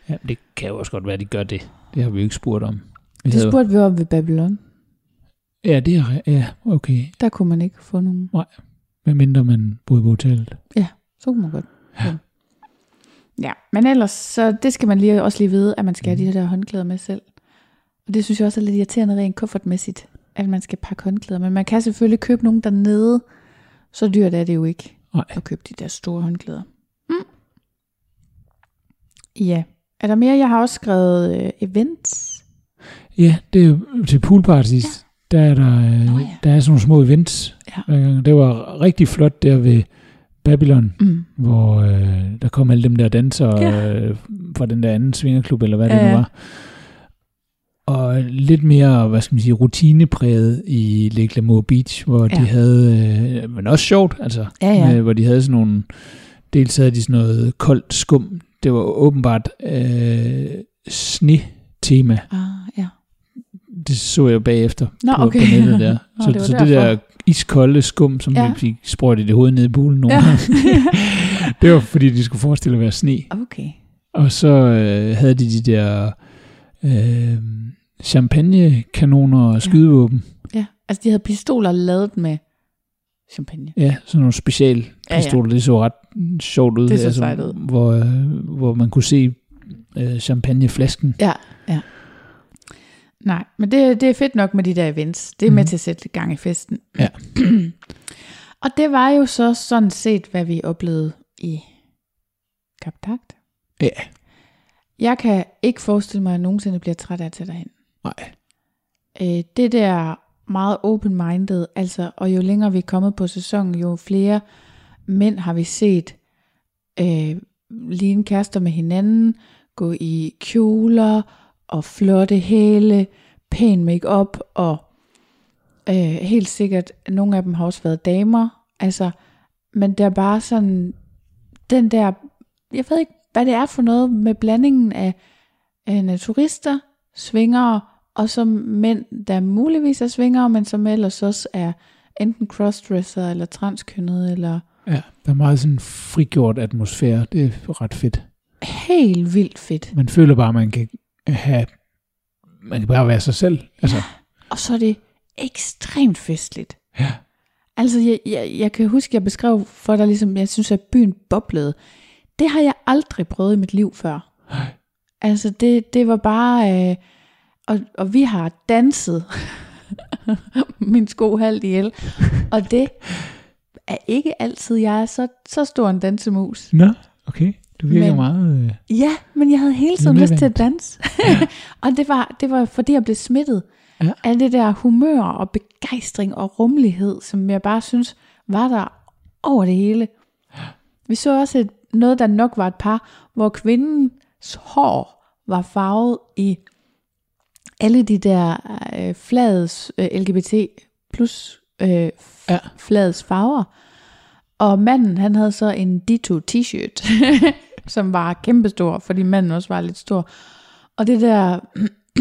Ja, men det kan jo også godt være, at de gør det. Det har vi jo ikke spurgt om. Vi Det havde- spurgte vi om ved Babylon. Ja, det er, ja, okay. Der kunne man ikke få nogen. Hvad mindre man boede på hotellet. Så kunne man godt. Ja. ja, men ellers, så det skal man lige, også lige vide, at man skal have de der håndklæder med selv. Og det synes jeg også er lidt irriterende rent kuffertmæssigt, at man skal pakke håndklæder. Men man kan selvfølgelig købe nogen dernede, så dyrt er det jo ikke Nej. at købe de der store håndklæder. Mm. Ja, er der mere? Jeg har også skrevet øh, events. Ja, det er jo til poolparties. Ja. Der er der, Nå Nå, ja. ja. der er sådan nogle små events. Ja. hver gang. Det var rigtig flot der ved Babylon, Mm. hvor øh, der kom alle dem der dansere Ja. ja. øh, fra den der anden svingerklub, eller hvad det Ja, ja. nu var. Og lidt mere, hvad skal man sige, rutinepræget i Lake Lamour Beach, hvor Ja. de havde, øh, men også sjovt, altså, Ja, ja. med, hvor de havde sådan nogle, dels havde de sådan noget koldt skum, det var åbenbart øh, sne-tema, Ah, ja. det så jeg bagefter Nå, på, okay. på nettet der. Nå, så det det, var så det der derfor. iskolde skum, som Ja. ja. fik sprøjt i det hoved nede i bulen nogen. Ja. Ja. det var fordi, de skulle forestille at være sne. okay. Og så øh, havde de de der øh, champagnekanoner og skydevåben. Ja, altså de havde pistoler lavet med champagne. Ja, sådan nogle specialpistoler. Ja, ja. Det så ret mm, sjovt ud. Det så sejt ud. Hvor, øh, hvor man kunne se øh, champagneflasken. Ja, ja. Nej, men det, det er fedt nok med de der events. Det er mm. med Mhm. til at sætte gang i festen. Ja. og det var jo så sådan set, hvad vi oplevede i Kaptagt. Ja. Jeg kan ikke forestille mig, at jeg nogensinde bliver træt af at tage derhen. Nej. Øh, det der meget open-minded, altså, og jo længere vi er kommet på sæsonen, jo flere mænd har vi set øh, ligne kærester med hinanden, gå i kjoler og flotte hæle, pæn makeup og øh, helt sikkert, nogle af dem har også været damer, altså, men der er bare sådan, den der, jeg ved ikke, hvad det er for noget med blandingen af øh, naturister, svingere Og som mænd, der muligvis er svingere, men som ellers også er enten crossdresser eller transkønnet, eller Ja, der er meget sådan en frigjort atmosfære. Det er ret fedt. helt vildt fedt. Man føler bare, at man kan have... Man kan bare være sig selv. Altså, Og så er det ekstremt festligt. ja. Altså, jeg, jeg, jeg kan huske, jeg beskrev for dig, ligesom, jeg synes, at byen boblede. Det har jeg aldrig prøvet i mit liv før. Altså, det, det var bare... Øh, og, og vi har danset min sko halvt ihjel. Og det er ikke altid, jeg er så, så stor en dansemus. Nå, okay. Du virker Men- Men... meget... Øh... Ja, men jeg havde hele tiden lyst til at Medvendt. danse. og det var, det var, fordi jeg blev smittet Ja. af det der humør og begejstring og rummelighed, som jeg bare synes var der over det hele. Vi så også et, noget, der nok var et par, hvor kvindens hår var farvet i alle de der øh, flads øh, LGBT plus øh, ja. Ja. flads farver. Og manden, han havde så en Ditto t-shirt, som var kæmpestor, fordi manden også var lidt stor. Og det der,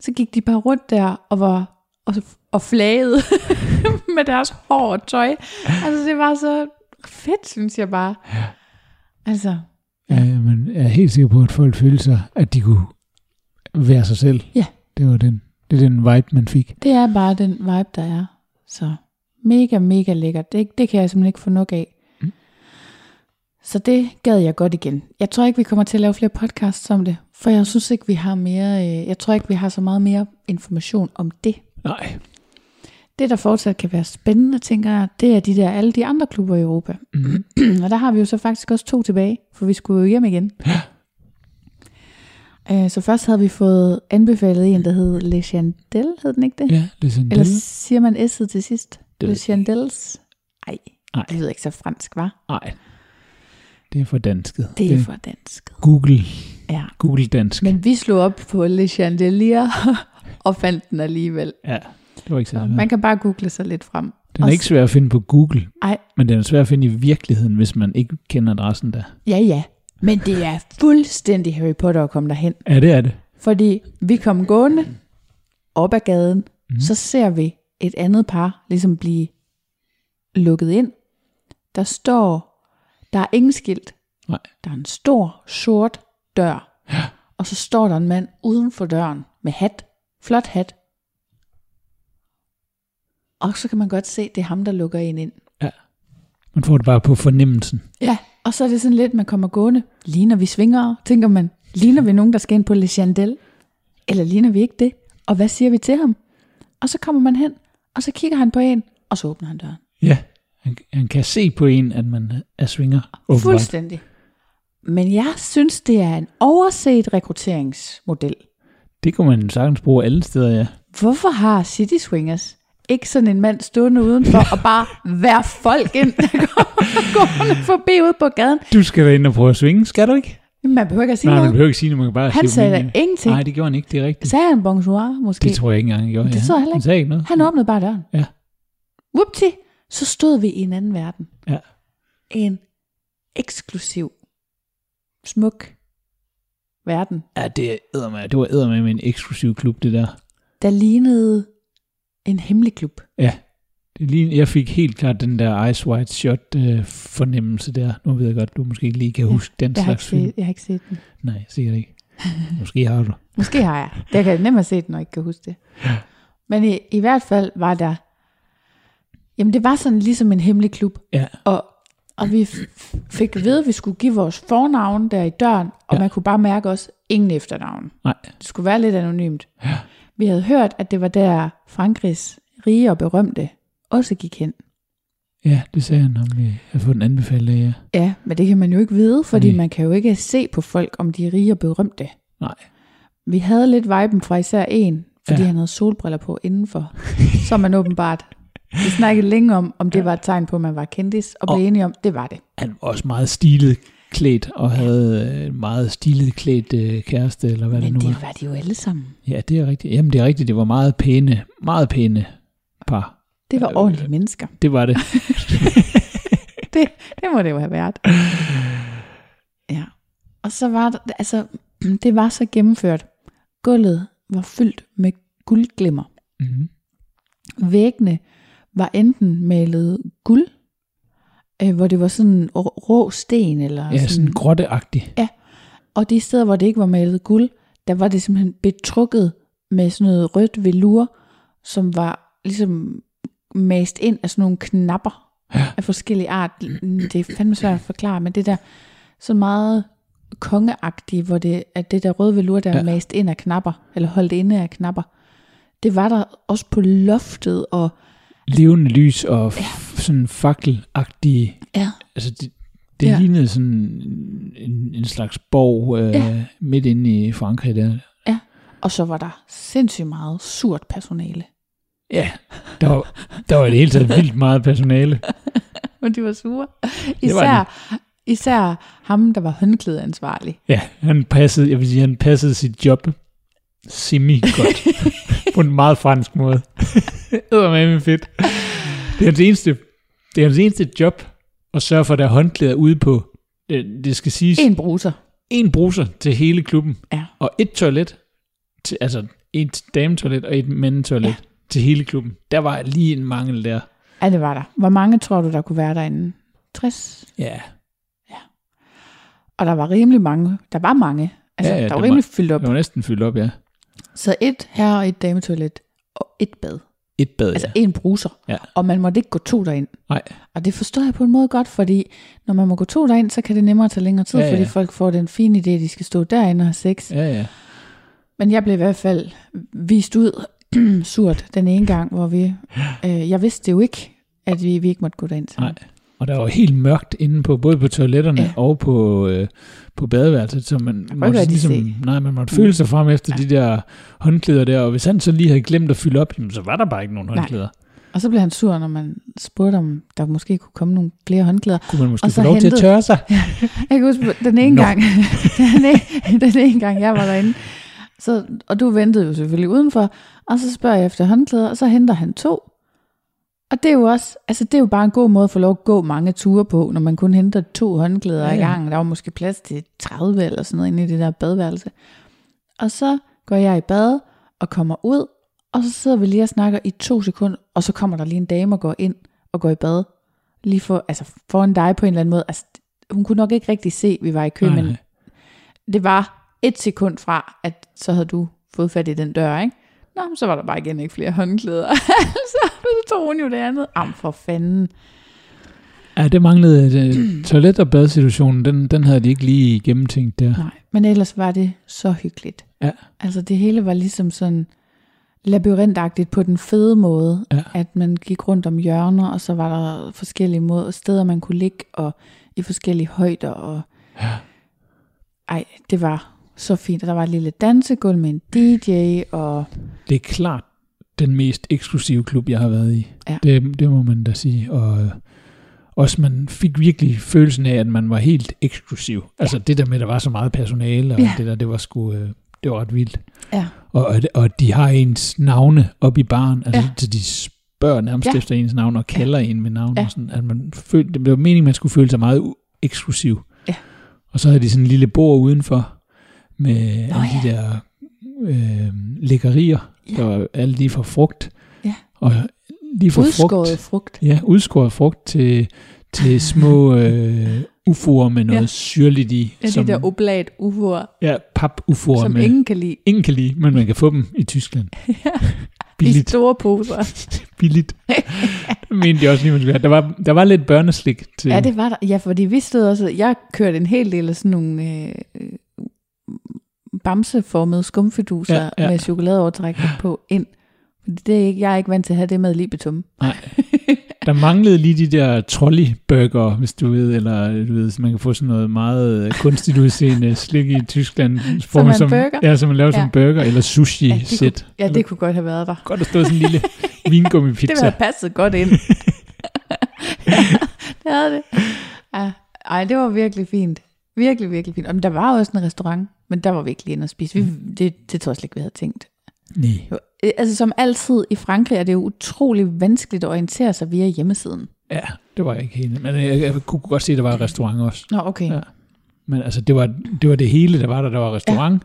så gik de bare rundt der og var og, og flagede med deres hår og tøj. Altså det var så fedt, synes jeg bare. Altså, Ja, Øh, men jeg er helt sikker på, at folk følte sig, at de kunne være sig selv. Ja. Det var den, det er den vibe, man fik. det er bare den vibe, der er. Så mega, mega lækkert. Det, det kan jeg simpelthen ikke få nok af. Så det gad jeg godt igen. Jeg tror ikke, vi kommer til at lave flere podcasts om det, for jeg synes ikke, vi har mere, øh, jeg tror ikke, vi har så meget mere information om det. Nej. Det, der fortsat kan være spændende, tænker jeg, det er de der, alle de andre klubber i Europa. Mhm. og der har vi jo så faktisk også to tilbage, for vi skulle jo hjem igen. Øh, Så først havde vi fået anbefalet en, der hed Le Chandel, hed den ikke det? Ja, det er sådan Eller det. siger man S'et til sidst? ved Le jeg Chandels? Ej, Nej. det lyder ikke så fransk, var. Nej. Det er for dansket. Det er for dansk. Google, Ja. Google dansk. Men vi slog op på Le Chandelier og fandt den alligevel. Ja, det var ikke Så særlig man svært. kan bare google sig lidt frem. Den er ikke svær at finde på Google, Ej, men den er svær at finde i virkeligheden, hvis man ikke kender adressen der. ja ja. Men det er fuldstændig Harry Potter at komme derhen. Ja, det er det. Fordi vi kom gående op ad gaden, Mhm. mm. så ser vi et andet par ligesom blive lukket ind. Der står, der er ingen skilt. Nej. Der er en stor sort dør. Ja. Og så står der en mand uden for døren med hat. Flot hat. Og så kan man godt se, det er ham, der lukker en ind. Man får det bare på fornemmelsen. Ja, og så er det sådan lidt, man kommer gående. Ligner vi svingere, tænker man. Ligner vi nogen, der skal ind på Le Chandel? Eller ligner vi ikke det? Og hvad siger vi til ham? Og så kommer man hen, og så kigger han på en, og så åbner han døren. Ja, han, han kan se på en, at man er svinger. åbenbart. Fuldstændig. Men jeg synes, det er en overset rekrutteringsmodel. Det kunne man sagtens bruge alle steder, ja. Hvorfor har City Swingers ikke sådan en mand stående udenfor og bare være folk ind, der kommer gående forbi ud på gaden? Du skal da ind og prøve at svinge, skal du ikke? Man behøver ikke at sige Nej, man noget. behøver ikke sige noget, man kan bare Han sige, sagde da men- ingenting. Nej, det gjorde han ikke, det er rigtigt. Sagde han bonjour måske? Det tror jeg ikke engang, han gjorde. Det ja. tror jeg heller Han ikke. sagde ikke noget. Han åbnede bare døren. Ja. Whoopty, så stod vi i en anden verden. Ja. En eksklusiv, smuk verden, Ja, det, er eddermame- det var eddermame med en eksklusiv klub, det der. der lignede en hemmelig klub. Ja, det lige, jeg fik helt klart den der Ice White Shot øh, fornemmelse der. Nu ved jeg godt, du måske ikke lige kan huske den Jeg har, ikke slags film. set, jeg har ikke set den. Nej, sikkert ikke. Måske har du. Måske har jeg. Det kan jeg nemmere se den, når jeg ikke kan huske det. Men i, i hvert fald var der... Jamen, det var sådan ligesom en hemmelig klub. Ja, Og, og vi f- fik at vide, at vi skulle give vores fornavn der i døren, og ja. man kunne bare mærke også ingen efternavn. nej. Det skulle være lidt anonymt. Ja. Vi havde hørt, at det var der Frankrigs rige og berømte også gik hen. Ja, det sagde han, om øh, jeg har fået den anbefalet af jer. Ja, men det kan man jo ikke vide, fordi Nej. man kan jo ikke se på folk, om de er rige og berømte. Nej. Vi havde lidt viben fra især en, fordi ja. Ja. han havde solbriller på indenfor, som man åbenbart... Vi snakkede længe om, om det var et tegn på, at man var kendis, og blev enige om, det var det. Han var også meget stilet klædt, og havde øh, en meget stilet klædt øh, kæreste, eller hvad Men det nu det var. var de jo alle sammen. Ja, det er rigtigt. Jamen, det er rigtigt. Det var meget pæne, meget pæne par. Det var ordentlige mennesker. Det var det. det, det må det jo have været. Ja. Og så var det, altså, det var så gennemført. Gulvet var fyldt med guldglimmer. Mm. Væggene var enten malet guld, øh, hvor det var sådan rå- rå sten, eller Ja, sådan grotteagtig. og de steder, hvor det ikke var malet guld, der var det simpelthen betrukket med sådan noget rødt velur, som var ligesom mast ind af sådan nogle knapper Ja. af forskellige art. Det er fandme svært at forklare, men det der så meget kongeagtige, hvor det er det der røde velur, der ja. Ja. er mast ind af knapper, eller holdt inde af knapper, det var der også på loftet, og Levende lys og f- sådan fakkelagtige. ja. Altså, det, det Ja. ja. lignede sådan en, en slags borg øh, Ja. ja. midt inde i Frankrig der. og så var der sindssygt meget surt personale. Ja, der var, der var i det hele taget vildt meget personale. Men de var sure. Det var Især, især ham, der var håndklædeansvarlig. Ja, han passede, jeg vil sige, han passede sit job semi-godt. på en meget fransk måde. Eddermame fedt. Det er hans eneste, det er hans eneste job at sørge for, at der er håndklæder ude på, det, det skal siges, en. En bruser. en bruser til hele klubben, Ja. og et toilet, til, altså et dametoilet og et mandetoilet ja. til hele klubben. Der var lige en mangel der. Ja, det var der. Hvor mange tror du, der kunne være derinde? 60. Ja, Og der var rimelig mange. Der var mange. Altså, Ja, ja, der var det rimelig fyldt op. det var næsten fyldt op, ja. Så et her og et dametoilet. Og et bad. Et bad, Altså ja. en bruser. Ja. Og man måtte ikke gå to derind. Nej, Og det forstår jeg på en måde godt, fordi når man må gå to derind, så kan det nemmere tage længere tid, ja, Ja, ja. ja. fordi folk får den fine idé, at de skal stå derinde og have sex. ja, ja. Men jeg blev i hvert fald vist ud surt den ene gang, hvor vi... Øh, jeg vidste jo ikke, at vi, vi ikke måtte gå derind. sammen. Nej. Og der var helt mørkt inde på, både på toiletterne Ja. ja. og på, øh, på badeværelset, så man måtte, rigtig ligesom, se. nej, man måtte føle sig frem efter ja. de der håndklæder der, og hvis han så lige havde glemt at fylde op, jamen, så var der bare ikke nogen Nej. håndklæder. Og så blev han sur, når man spurgte, om der måske kunne komme nogle flere håndklæder. Kunne man måske Og så få lov til at hentede- tørre sig? Jeg kan huske, den ene, Nå. gang, den, ene, den ene gang, jeg var derinde, så, og du ventede jo selvfølgelig udenfor, og så spørger jeg efter håndklæder, og så henter han to. Og det er jo også, altså det er jo bare en god måde at få lov at gå mange ture på, når man kun henter to håndklæder Ja, ja. i ja. gangen. Der var måske plads til 30 eller sådan noget inde i det der badeværelse. Og så går jeg i bad og kommer ud, og så sidder vi lige og snakker i to sekunder, og så kommer der lige en dame og går ind og går i bad. Lige for, altså foran dig på en eller anden måde. Altså, hun kunne nok ikke rigtig se, at vi var i kø, Nej, men nej. det var et sekund fra, at så havde du fået fat i den dør, ikke? Nå, men så var der bare igen ikke flere håndklæder. så tog hun jo det andet. Am for fanden. Ja, det manglede øh, toilet- og badsituationen, den, den havde de ikke lige gennemtænkt der. Nej, men ellers var det så hyggeligt. Ja. Altså det hele var ligesom sådan labyrintagtigt på den fede måde, Ja. at man gik rundt om hjørner, og så var der forskellige måder, steder, man kunne ligge, og i forskellige højder. Og... Ja. Ej, det var så fint. Og der var et lille dansegulv med en DJ, og Det er klart den mest eksklusive klub, jeg har været i. Ja. Det, det må man da sige. Og øh, også man fik virkelig følelsen af, at man var helt eksklusiv. Altså det der med, at der var så meget personale, og Ja. ja. det der, det var sgu, øh, det var ret vildt. Ja. Og, og, og de har ens navne op i baren, altså Ja. ja. så de spørger nærmest Ja. ja. efter ens navn og kalder ja. en med navn. Ja. Ja. Og sådan, at man følte, det var meningen, at man skulle føle sig meget u- eksklusiv. Ja. Og så havde de sådan en lille bord udenfor med Nå, Nå, alle de der øh, lækkerier. Ja. Ja. Der var alle lige fra frugt. Ja. Og lige fra udskåret frugt. frugt. Ja, udskåret frugt til, til små øh, ufoer med noget Ja. ja. syrligt i. Ja, de der oblat uvor, ja, pap-ufoer, som med, ingen kan lide. ingen kan lide, men man kan få dem i Tyskland. Ja. I Billigt. store poser. Billigt. det mente jeg også lige, man skulle have. Der var, der var lidt børneslik til. Ja, det var der. Ja, fordi vi stod også... Jeg kørte en hel del af sådan nogle øh, øh, bamseformede skumfiduser ja, Ja, ja. ja. med chokoladeovertrækning på ind. Fordi Det er ikke, jeg er ikke vant til at have det med libetum. Der manglede lige de der trolleyburger, hvis du ved, eller du ved, så man kan få sådan noget meget øh, kunstigt udseende slik i Tyskland. Får en man burger? Ja, som man laver ja. Ja. som burger, eller sushi Ja, ja, det kunne, sæt. ja, det kunne godt have været der. Godt at stå sådan en lille Det ville vingummipizza. have passet godt ind. det havde det. Ja. Ej, det var virkelig fint. Virkelig, virkelig fint. Og men der var også en restaurant, men der var vi ikke lige inde og spise. Vi, det, det tror jeg slet ikke, vi havde tænkt. Nej. Jo, øh, Altså som altid i Frankrig er det jo utrolig vanskeligt at orientere sig via hjemmesiden. Ja, det var jeg ikke helt. Men øh, jeg, jeg kunne godt se, at der var en restaurant også. Nå, okay. Ja. Ja. Men altså, det var, det var det hele, der var der. Der var restaurant,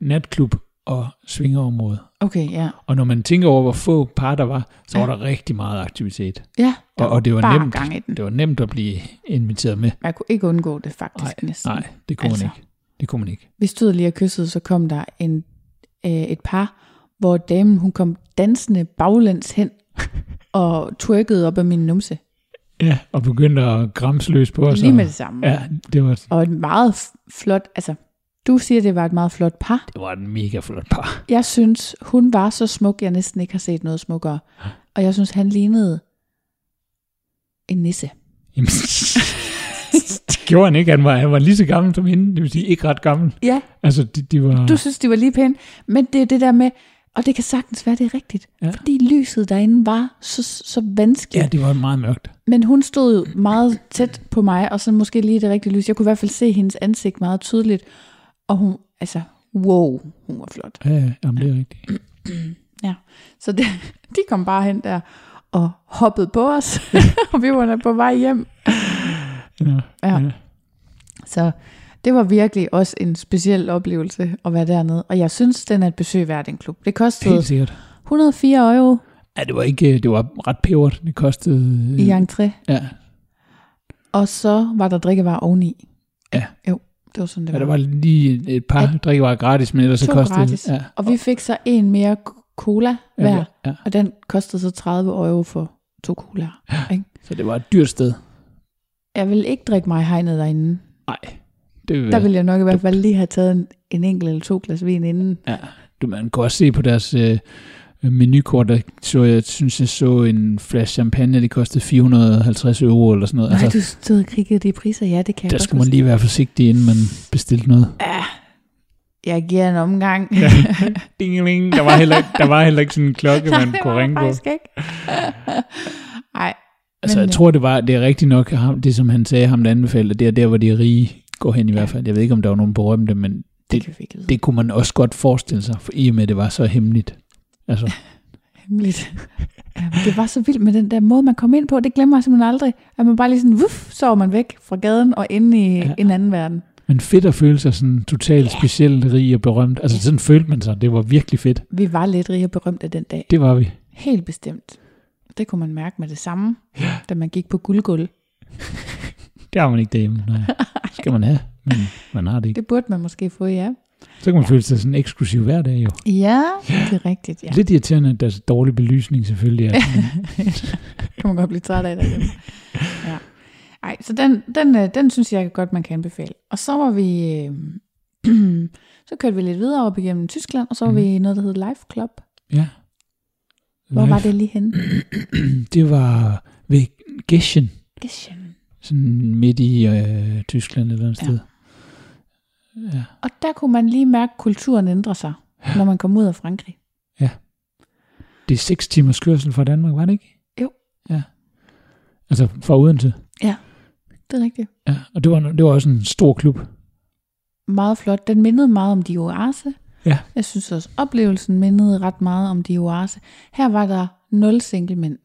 ja. natklub og svingerområde. Okay, ja. Og når man tænker over, hvor få par der var, så var der rigtig meget aktivitet. Ja, der Og, og det, var bare nemt, gang i den. det var nemt at blive inviteret med. Man kunne ikke undgå det faktisk nej, næsten. Nej, det kunne altså. Altså. man ikke. Det kunne man ikke. Vi stod lige og kyssede, så kom der en, øh, et par, hvor damen hun kom dansende baglæns hen og twerkede op af min numse. Ja, og begyndte at gramsløs på os. Lige og- med det samme. Ja, det var, Og et meget f- flot, altså du siger, det var et meget flot par. det var et mega flot par. Jeg synes, hun var så smuk, jeg næsten ikke har set noget smukkere. Og jeg synes, han lignede en nisse. Jamen, det gjorde han ikke. Han var, han var lige så gammel som hende. Det vil sige, ikke ret gammel. Ja, Altså, de, de var... du synes, de var lige pæne, men det er det der med, og det kan sagtens være, det er rigtigt. Ja. Ja. Fordi lyset derinde var så, så vanskeligt. Ja, det var meget mørkt. Men hun stod jo meget tæt på mig, og så måske lige i det rigtige lys. Jeg kunne i hvert fald se hendes ansigt meget tydeligt. Og hun, altså, wow, hun var flot. Ja, ja, jamen, det er rigtigt. Ja. Så det, de kom bare hen der og hoppede på os, og vi var da på vej hjem. Ja, Ja. Så det var virkelig også en speciel oplevelse at være dernede. Og jeg synes, den er et besøg værd, den klub. Det kostede helt sikkert. 104 euro Ja, det var ikke, øh, det var ret pebert. Det kostede... øh, i Mm. entré, Ja, og så var der drikkevarer oveni. Ja. Jo, det var sådan, det var. ja, der var lige et par ja. drikkevarer gratis, men ellers så to kostede... gratis. Ja, Og vi fik så en mere k- cola ja, hver, ja, ja. og den kostede så 30 euro for to colaer. ikke? Så det var et dyrt sted. Jeg vil ikke drikke mig i hegnet derinde. Nej, det vil Der ville jeg nok i hvert fald lige have taget en, en enkelt eller to glas vin inden. Ja, du, man kan også se på deres øh, menukort, der så, jeg synes, jeg så en flaske champagne, det kostede 450 euro eller sådan noget. Altså, Nej, du stod og kiggede de priser. Ja, det kan jeg der godt skulle man lige være forsigtig, inden man bestilte noget. huske. Jeg giver en omgang. Ja, Dingeling, der var heller, der var heller ikke sådan en klokke, det var der faktisk ikke. Nej, Altså, men, jeg øh, tror, det, var, det er rigtigt nok, ham, det som han sagde, ham der anbefalede, det er der, hvor de rige går hen i hvert fald. Jeg ved ikke, om der var nogen berømte, men det kan vi ikke vide. det kunne man også godt forestille sig, for i og med, at det var så hemmeligt. Altså, Hemmeligt. Jamen, det var så vildt med den der måde, man kom ind på. Det glemmer jeg simpelthen aldrig. At man bare lige sådan, wuff, så var man væk fra gaden og inde i Ja. ja. en anden verden. men fedt at føle sig sådan totalt specielt rig og berømt. Altså, sådan følte man sig. Det var virkelig fedt. Vi var lidt rige og berømte den dag. Det var vi. Helt bestemt. Det kunne man mærke med det samme, ja. da man gik på guldgulv. Det har man ikke derhjemme. Nej. Det skal man have, men man har det ikke. Det burde man måske få, ja. Så kan man føle sig sådan eksklusiv hver dag jo. Ja, det er rigtigt, ja. Lidt irriterende, at der er så dårlig belysning selvfølgelig. Er. Det kan man godt blive træt af derhjemme. Ja. Ej, så den, den, øh, den synes jeg godt, man kan anbefale. Og så var vi... Øh, så kørte vi lidt videre op igennem Tyskland, og så var mm. vi i noget, der hed Life Club. Ja. Hvor Life. var det lige henne? Det var ved Geschen, Geschen. sådan midt i øh, Tyskland eller et sted. Ja. Og der kunne man lige mærke, at kulturen ændrer sig, når man kom ud af Frankrig. Det er seks timers kørsel fra Danmark, var det ikke? Jo. Ja. Altså fra Odense. Det er rigtigt. Ja, og det var, det var også en stor klub. Meget flot. Den mindede meget om de oase. Ja. Jeg synes også, oplevelsen mindede ret meget om de oase. Her var der nul single mænd.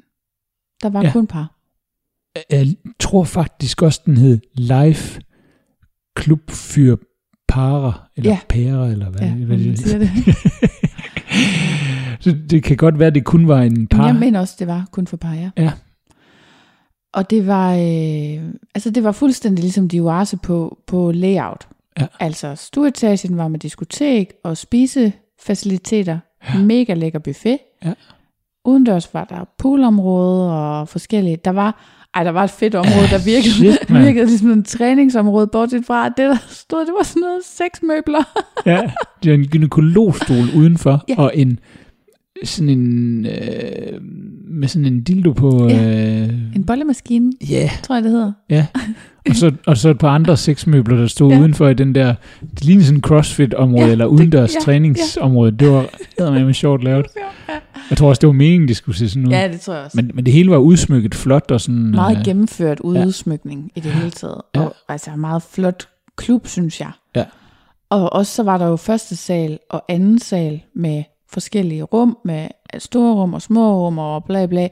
Der var Ja. ja. kun par. Jeg tror faktisk også, den hed Life Klub Fyr Parer, eller ja. Ja. Pærer, eller hvad, Ja, ja, hvad hvordan man det siger det. Så det kan godt være, at det kun var en par. Par. Jeg mener også, det var kun for par, ja. Ja. Og det var, øh, altså det var fuldstændig ligesom de oase på, på layout. Ja. Altså stueetagen var med diskotek og spisefaciliteter. Ja. Mega lækker buffet. Ja. Udendørs var der poolområde og forskellige. Der var, ej, der var et fedt område, der virkede, shit, mand. virkede ligesom en træningsområde, bortset fra, at det der stod, det var sådan noget sexmøbler. ja, det er en gynekologstol udenfor, ja. Ja. og en sådan en, øh, med sådan en dildo på, Ja. ja, øh, En bollemaskine, ja, tror jeg det hedder. ja. og, så, og så et par andre sexmøbler, der stod ja. Ja. udenfor i den der, det lignede sådan en crossfit-område, ja, Ja, eller det- udendørs ja, det, ja. ja, træningsområde, det var med med sjovt lavet. Jeg tror også, det var meningen, det skulle se sådan ud. Ja, det tror jeg også. Men, men det hele var udsmykket flot og sådan... Meget øh, gennemført udsmykning ja. i det hele taget. Ja. Ja. Og altså meget flot klub, synes jeg. Ja. Og også så var der jo første sal og anden sal med forskellige rum, med store rum og små rum og bla bla.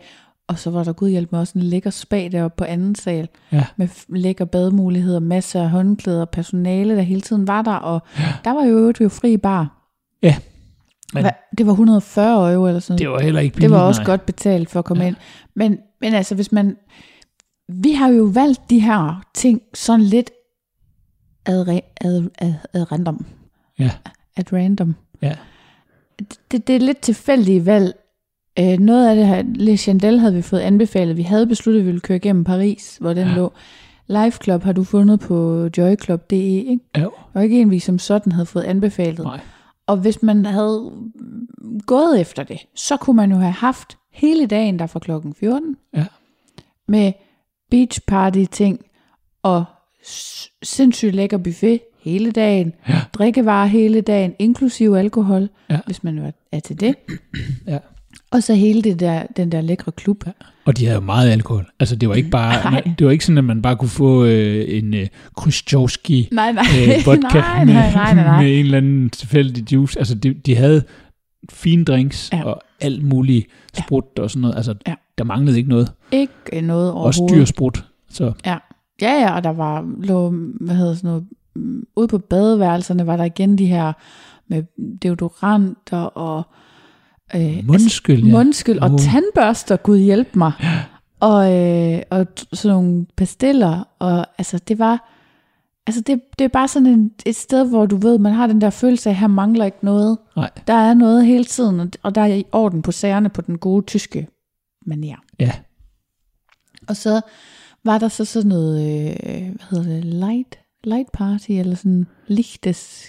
Og så var der gud hjælp mig også en lækker spa deroppe på anden sal, Ja. med f- lækker bademuligheder, masser af håndklæder, personale, der hele tiden var der. Og ja. der var jo i øvrigt jo fri bar. Ja. Men- Hva? Det var 140 euro eller sådan noget. Det var heller ikke det billigt, var også nej. godt betalt for at komme ja. Ja. ind. Men, men altså, hvis man... Vi har jo valgt de her ting sådan lidt ad, re- ad, ad, ad random. Ja. At random. Ja. Det, det er lidt tilfældige valg. Øh, noget af det her, Le Chandel havde vi fået anbefalet. Vi havde besluttet, at vi ville køre igennem Paris, hvor den Ja. ja. lå. Life Club har du fundet på joyclub.de, ikke? Ja, Og ikke en, vi som sådan havde fået anbefalet. nej. Og hvis man havde mm, gået efter det, så kunne man jo have haft hele dagen der fra klokken 14 Ja. med beach party ting og s- sindssygt lækker buffet hele dagen, Ja. drikkevarer hele dagen, inklusive alkohol, Ja. hvis man var- er til det. Ja. Og så hele det der, den der lækre klub. Ja. Og de havde jo meget alkohol. Altså, det var ikke bare, Mm. Nej. det var ikke sådan, at man bare kunne få øh, en øh, Khrushchevski Nej, nej, øh, vodka nej, nej, nej, nej, nej. med en eller anden tilfældig juice. Altså, de, de havde fine drinks ja. Ja. og alt muligt sprut og sådan noget. Altså, ja. Ja. der manglede ikke noget. Ikke noget Også overhovedet. dyr sprut. Så Ja, ja, og der var, lå, hvad hedder sådan noget, mm, ude på badeværelserne var der igen de her med deodoranter og øh, mundskyld, ja. mundskyld og Åh. tandbørster, gud hjælp mig. Og, øh, og t- sådan nogle pastiller, og altså det var, altså det, det er bare sådan en, et sted, hvor du ved, man har den der følelse af, her mangler ikke noget. Nej, Der er noget hele tiden, og- og der er i orden på sagerne på den gode tyske manier. ja. Og så var der så sådan noget, øh, hvad hedder det, light, light party, eller sådan lichtes.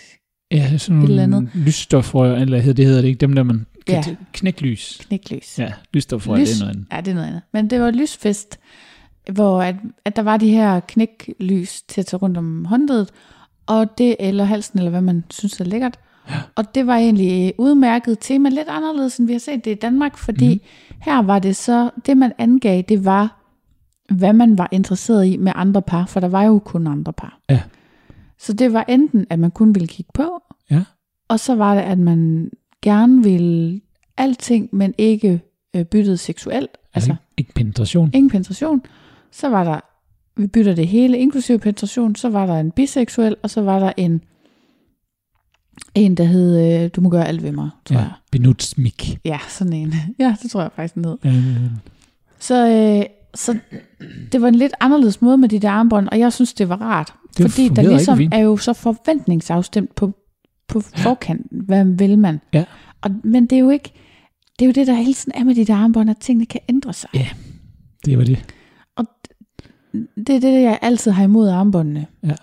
Ja, sådan Et eller nogle lysstofrør, eller hed- det hedder det ikke, dem der man kan Ja. ja. knække lys. Kniklys. Ja, lysstofrør, Lys. det er noget andet. ja, det er noget andet. Men det var lysfest, hvor at, at der var de her knæklys til at tage rundt om håndledet, og det, eller halsen, eller hvad man synes er lækkert. Ja. Og det var egentlig øh, udmærket tema, lidt anderledes, end vi har set det i Danmark, fordi mm. Mhm. her var det så, det man angav, det var, hvad man var interesseret i med andre par, for der var jo kun andre par. Ja. Så det var enten, at man kun ville kigge på, Ja. og så var det, at man gerne ville alting, men ikke øh, byttet seksuelt. Altså, Altså, ikke, ikke penetration. ingen penetration. Så var der, vi bytter det hele, inklusive penetration, så var der en biseksuel, og så var der en, en der hed, øh, du må gøre alt ved mig, tror ja, jeg. benutsmik. Ja, sådan en. Ja, det tror jeg faktisk, den hed. Øh, Så, øh, så det var en lidt anderledes måde med de der armbånd, og jeg synes, det var rart. Det fordi der fungerede ikke ligesom fint. er jo så forventningsafstemt på, på forkanten, hvad vil man. Ja. Og, men det er jo ikke, det er jo det, der hele tiden er med de der armbånd, at tingene kan ændre sig. Ja. det var det. Og det er det, jeg altid har imod armbåndene. Ja.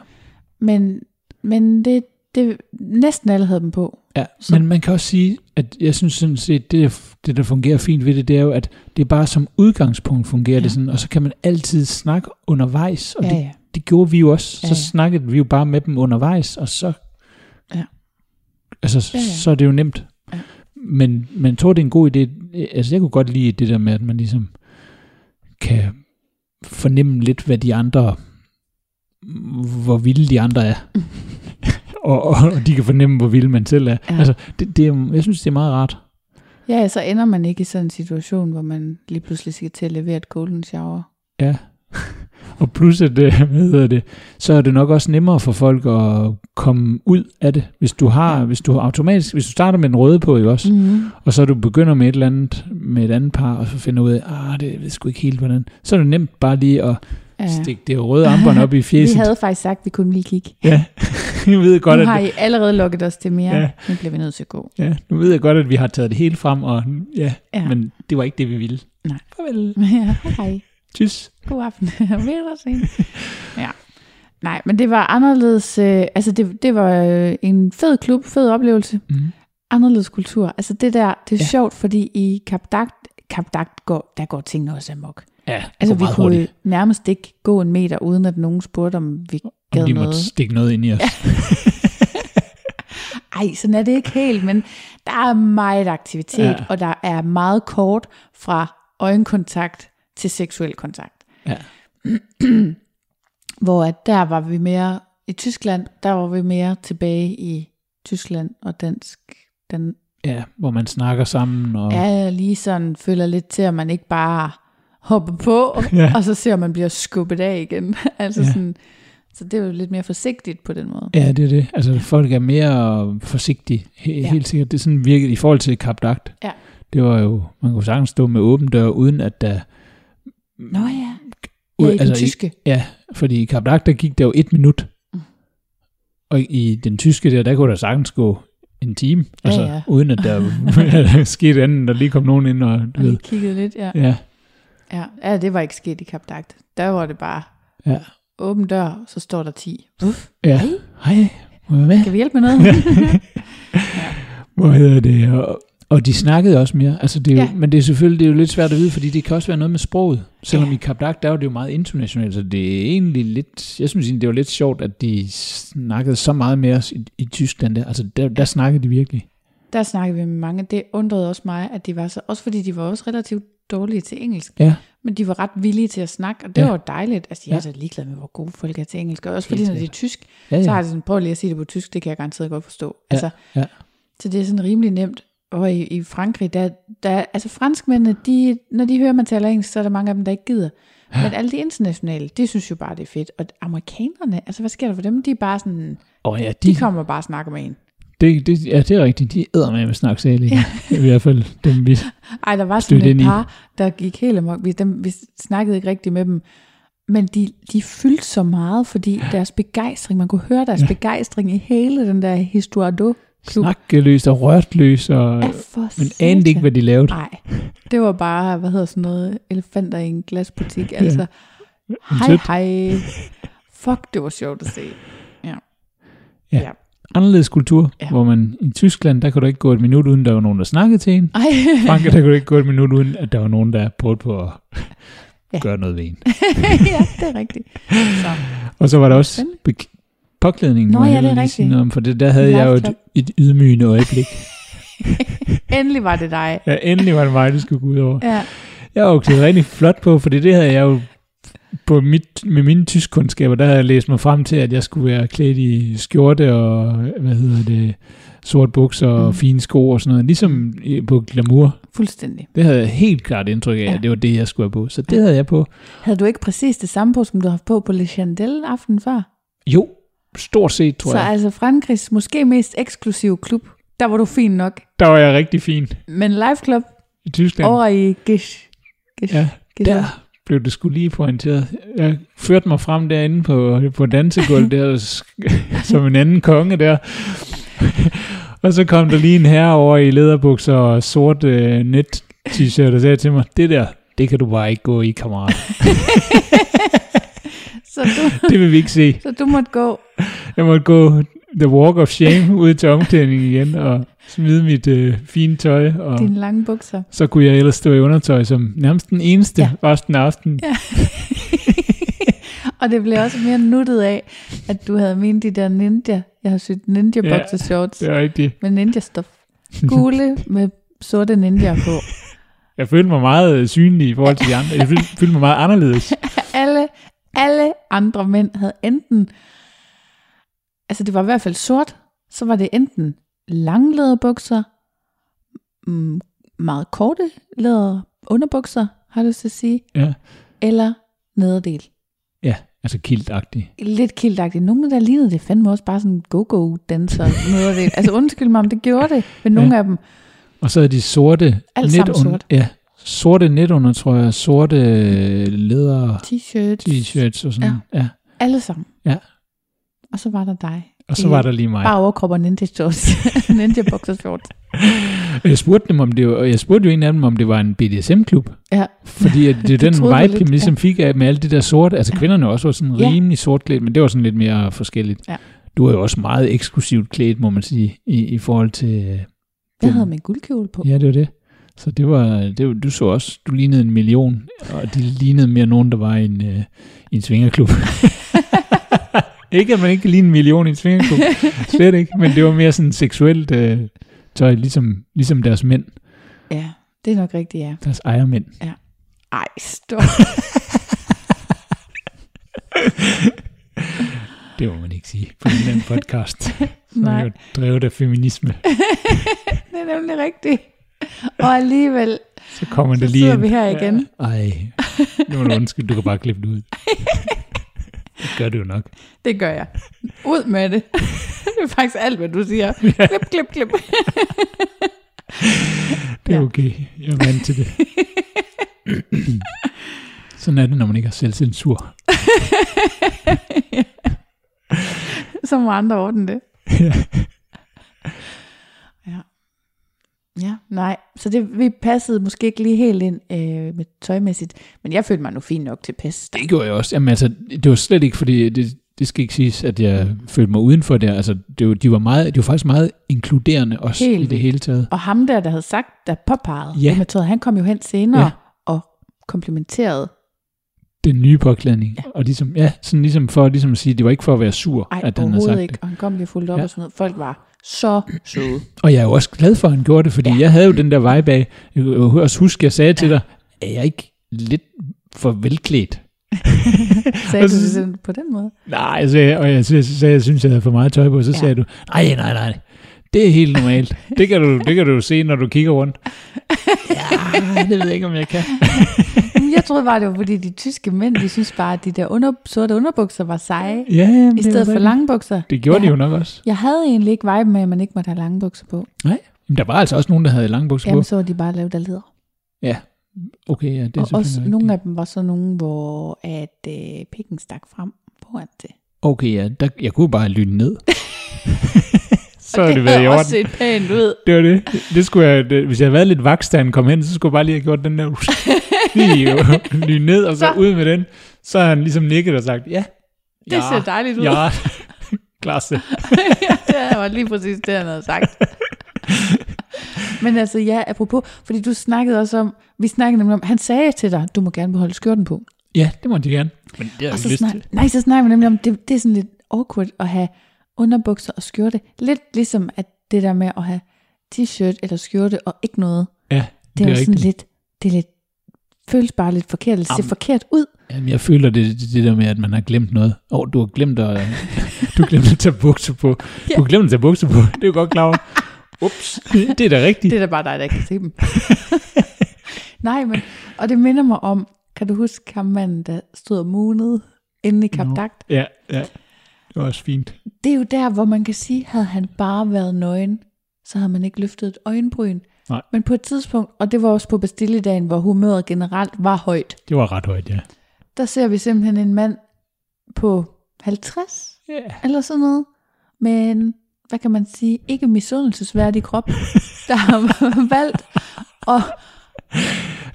Men, men det, det, næsten alle havde dem på. Ja, Så- men man kan også sige, at jeg synes sådan set, det, der- det der fungerer fint ved det, det er jo, at det bare som udgangspunkt fungerer ja. Ja. det sådan, og så kan man altid snakke undervejs, og ja, ja, det, ja. det gjorde vi jo også. Ja, Ja, ja. ja. Så snakkede vi jo bare med dem undervejs, og så, Ja. altså, ja, Ja, ja. ja. så er det jo nemt. Ja. Men man tror, det er en god idé. Altså, jeg kunne godt lide det der med, at man ligesom kan fornemme lidt, hvad de andre, hvor vilde de andre er. og, og, og de kan fornemme, hvor vilde man selv er. Ja. Ja. Altså, det, det er, jeg synes, det er meget rart. Ja, så ender man ikke i sådan en situation, hvor man lige pludselig skal til at levere et golden shower. Ja. og plus, at det, hvad hedder det, så er det nok også nemmere for folk at komme ud af det, hvis du har, hvis du automatisk, hvis du starter med en røde på, ikke også? Mm-hmm. og så du begynder med et eller andet, med et andet par, og så finder ud af, ah, det ved jeg sgu ikke helt, hvordan. Så er det nemt bare lige at Ja. stikke det røde armbånd op i Vi fjeset. havde faktisk sagt, at vi kunne lige kigge. Ja, jeg ved godt, Nu at, har I allerede lukket os til mere. Ja. Ja. Nu bliver vi nødt til at gå. ja, nu ved jeg godt, at vi har taget det hele frem, og ja, ja. Ja. men det var ikke det, vi ville. Nej. Farvel. Ja, hej. Tys. God aften. Vi er der sent. Ja. Nej, men det var anderledes. Øh, altså, det, det var øh, en fed klub, fed oplevelse. Mm. Anderledes kultur. Altså, det der, det er Ja. ja. sjovt, fordi i Kapdagt, Kapdagt går, der går tingene også amok. Ja, det Altså, går vi meget kunne hurtigt. nærmest ikke gå en meter, uden at nogen spurgte, om vi Om gad de noget. måtte stikke noget ind i os. Ej, sådan er det ikke helt, men der er meget aktivitet, Ja. ja. og der er meget kort fra øjenkontakt til seksuel kontakt. Ja. Hvor at der var vi mere i Tyskland, der var vi mere tilbage i Tyskland og dansk. Den ja, hvor man snakker sammen. Og, ja. er lige sådan, føler lidt til, at man ikke bare hopper på, Ja. og så ser man bliver skubbet af igen. altså Ja. ja. sådan, Så det er jo lidt mere forsigtigt på den måde. Ja, det er det. Altså, folk er mere forsigtige, he- Ja. ja. helt sikkert. Det er sådan virket i forhold til kapdagt. Ja. Det var jo, man kunne sagtens stå med åben dør, uden at der... Nå ja, ja Øhm, ud- altså i den tyske. Ja, fordi i kapdagt, der gik der jo et minut. Mm. Og i den tyske der, der kunne der sagtens gå en time. Ja, altså, ja. uden at der skete andet, end der lige kom nogen ind og... Du Og ved, lige kiggede lidt, ja. ja. ja. Ja, det var ikke sket i kapdagt. Der var det bare Ja. åben dør, så står der 10. Uff, Ja. Hej, må jeg være med? kan vi hjælpe med noget? Hvor hedder det? Og, og de snakkede også mere. Altså, det er jo, Ja. ja. Men det er selvfølgelig det er jo lidt svært at vide, fordi det kan også være noget med sproget. Selvom Ja. ja. i Kap Dak, der var det jo meget internationalt, så det er egentlig lidt... Jeg synes egentlig, det var lidt sjovt, at de snakkede så meget med os i, i Tyskland der. Altså, der, der snakkede de virkelig. der snakkede vi med mange. Det undrede også mig, at de var så... Også fordi de var også relativt dårlige til engelsk. Ja, Men de var ret villige til at snakke, og det ja. Ja. var jo dejligt. Altså, jeg er Ja. så ligeglad med, hvor gode folk er til engelsk. Og også Helt fordi, når det er sikkert. tysk, ja, så ja. har de sådan, prøv lige at sige det på tysk, det kan jeg garanteret godt forstå. Ja. Altså, ja. Så det er sådan rimelig nemt. Og i, i Frankrig, der, der, altså franskmændene, de, når de hører, man taler engelsk, så er der mange af dem, der ikke gider. Men alle de internationale, de synes jo bare, det er fedt. Og amerikanerne, altså hvad sker der for dem? De er bare sådan, Og ja, de de, kommer bare og snakker med en. det, det, ja, det er rigtigt. De æder med at snakke særlig. Ja. I hvert fald dem, vi... Ej, der var Stødt sådan ind et i. par, der gik helt amok. Vi, dem, vi snakkede ikke rigtigt med dem. Men de, de fyldte så meget, fordi deres begejstring, man kunne høre deres ja. begejstring i hele den der Historiado-klub. Snakkeløs og rørt løs, og, Ja, Ah. for men satan. anede ikke, hvad de lavede. Nej, det var bare, hvad hedder sådan noget, elefanter i en glasbutik. Altså, hej Sødt. hej. Fuck, det var sjovt at se. Ja. Ja. Anderledes kultur, Ja. ja. hvor man i Tyskland, der kunne der ikke gå et minut, uden der var nogen, der snakkede til en. Ej, Frankrig, der kunne ikke gå et minut uden, at der var nogen, der prøvede på at Ja. ja. gøre noget ved en. ja, det er rigtigt. Så, Og så var der også Spændende. be- påklædningen. Nå, må jeg ja, hellere det er lige sige rigtigt. noget om, for det, der havde Life jeg jo club. et, et ydmygende øjeblik. endelig var det dig. ja, endelig var det mig, det skulle gå ud over. Ja, Jeg var jo klædt rigtig flot på, for det havde jeg jo på mit, med mine tyskkundskaber, der havde jeg læst mig frem til, at jeg skulle være klædt i skjorte og, hvad hedder det, sort bukser og Mm. fine sko og sådan noget. Ligesom i- på glamour. fuldstændig. Det havde jeg helt klart indtryk af, Ja. at det var det, jeg skulle have på. Så det havde jeg på. Havde du ikke præcis det samme på, som du har haft på på Le Chandel aften før? Jo, stort set, tror så så, jeg. altså Frankrigs måske mest eksklusive klub, der var du fin nok. Der var jeg rigtig fin. Men Live Club I Tyskland, over i Gish. Gish. Ja, Gish. der blev det skulle lige pointeret. Jeg førte mig frem derinde på, på dansegulvet der, som en anden konge der. og så kom der lige en herre over i lederbukser og sort øh, net t-shirt og sagde til mig, det der, det kan du bare ikke gå i, kammerat. Så, du, Det vil vi ikke se. så du måtte gå. Jeg måtte gå the walk of shame ud til omklædningen igen og smide mit øh, fine tøj. Og Dine lange bukser. så kunne jeg ellers stå i undertøj som nærmest den eneste Ja. ja. resten af aftenen. Ja. og det blev også mere nuttet af, at du havde ment de der ninja. Jeg har sygt ninja Ja, boxer shorts Det er rigtigt. med ninja stof. Gule med sorte ninja på. Jeg følte mig meget øh, synlig i forhold til de andre. Jeg følte- følte mig meget anderledes. Alle, alle andre mænd havde enten, altså det var i hvert fald sort, så var det enten lange læderbukser, mm, meget korte læder underbukser, har du lyst til at sige, Ja, eller nederdel. ja altså kiltagtig. lidt kildagtigt. Nogle, der lignede det fandme også bare sådan go-go danser møder det. Altså undskyld mig, om det gjorde det med nogle af dem. Og så havde de sorte Alt sammen sort. Ja, sorte netundertrøjer, sorte øh, læder T-shirts. t-shirts og sådan. Ja. ja. Alle sammen. Ja. Og så var der dig. Og så var der lige mig. Bare overkrop og ninja shorts. ninja boxer shorts. Jeg spurgte, dem, om det var, og jeg spurgte jo en af dem, om det var en BDSM-klub. Ja. Fordi at det er den troede du vibe, lidt, jeg ligesom fik af med alt det der sorte. Altså kvinderne også var sådan Ja. rimelig sortklædt, men det var sådan lidt mere forskelligt. Ja. Du var jo også meget eksklusivt klædt, må man sige, i, i forhold til... øh, Jeg den- havde min guldkjole på. Ja, det var det. Så det var, det var, du så også, du lignede en million, og de lignede mere nogen, der var i en, øh, i en svingerklub. ikke at man ikke kan ligne en million i en svingerklub, slet ikke, men det var mere sådan seksuelt øh, tøj, ligesom, ligesom deres mænd, ja. Det er nok rigtigt, ja. deres ejermænd. Ej, stop. Det må man ikke sige på den anden podcast. Så Nej. er jo drevet af feminisme, Det er nemlig rigtigt. Og alligevel, så kommer så det lige sidder ind. vi her igen. Ej, nu er du undskyld, du kan bare klippe det ud. gør det jo nok. Det gør jeg. Ud med det. det er faktisk alt, hvad du siger. Klip, klip, klip. Det er Ja. okay. Jeg er vant til det. Sådan er det, når man ikke har selvcensur. Så må andre ordne det. Ja. ja. Ja, nej. Så det, vi passede måske ikke lige helt ind øh, med tøjmæssigt. Men jeg følte mig nu fint nok til pas. Det gjorde jeg også. Jamen altså, det var slet ikke, fordi det, det skal ikke siges, at jeg følte mig udenfor der. Altså, det var, de, var meget, de var faktisk meget inkluderende også Helt i det vildt. hele taget. Og ham der, der havde sagt, der påpegede Ja. ja. med tøjet, han kom jo hen senere Ja. ja. og komplimenterede. Den nye påklædning. Ja. Og ligesom, ja, sådan ligesom for ligesom at sige, det var ikke for at være sur, Ej, at han havde sagt overhovedet ikke. ikke. det. Og han kom lige fuldt op Ja. ja. og sådan noget. Folk var så søde. Og jeg er jo også glad for, at han gjorde det, fordi ja. Ja. jeg havde jo den der vibe af, jeg kan jo også huske, jeg sagde ja. til dig, er jeg ikke lidt for velklædt? Sagde Og du så- det sådan på den måde? Nej, altså, jeg sagde, og jeg sagde, sagde, jeg synes, jeg havde for meget tøj på, så ja. Ja. sagde du, nej, nej, nej, det er helt normalt. Det kan du, det kan du jo se, når du kigger rundt. Ja, det ved jeg ikke, om jeg kan. Jamen, Jeg troede bare, det var fordi de tyske mænd, de synes bare, at de der under, sorte underbukser var seje, Ja, jamen, i det er stedet jo for rigtigt. lange bukser. Det gjorde ja. ja. de jo nok også. Jeg havde egentlig ikke vibe med, at man ikke måtte have lange bukser på. Nej. Jamen, der var altså også nogen, der havde lange bukser på. Jamen, så var de bare lavet af læder. Okay, ja, det er Og selvfølgelig også rigtigt. nogle af dem var så nogen, hvor at, øh, pikken stak frem foran det. Okay, ja, der, jeg kunne bare lytte ned. så Og er det været i havde orden. også set pænt ud. Det var det. det skulle jeg, det, hvis jeg havde været lidt vaks, da han kom hen, så skulle jeg bare lige have gjort den der lige, lige ned, og så, så Så. ud med den. Så har han ligesom nikket og sagt, ja. Det ja, ser dejligt ud. Ja, klasse. det var lige præcis det, han havde sagt. Men altså, ja, apropos, fordi du snakkede også om, vi snakkede nemlig om, han sagde til dig, du må gerne beholde skjorten på. Ja, det må de gerne. Men det har Og jeg så lyst til. snak, nej, så snakker vi nemlig om, det, det er sådan lidt awkward at have underbukser og skjorte. Lidt ligesom at det der med at have t-shirt eller skjorte og ikke noget. Ja, Det er, jo sådan rigtigt. lidt, det er lidt, føles bare lidt forkert, eller ser Jamen. forkert ud. Jamen, jeg føler det, det, det der med, at man har glemt noget. Åh, oh, du har glemt at, du har glemt at tage bukser på. Du har glemt at tage bukser på. Det er jo godt klar over. Ups, det er da rigtigt. Det er da bare dig, der ikke kan se dem. Nej, men, og det minder mig om, kan du huske ham manden, der stod og moonede inde i Nå. kapdagt? Ja, ja. Det var også fint. Det er jo der, hvor man kan sige, havde han bare været nøgen, så havde man ikke løftet et øjenbryn. Nej. Men på et tidspunkt, og det var også på Bastilledagen, hvor humøret generelt var højt, Det var ret højt, ja. der ser vi simpelthen en mand på 50 Ja. eller sådan noget, men hvad kan man sige, ikke misundelsesværdig krop, der har valgt at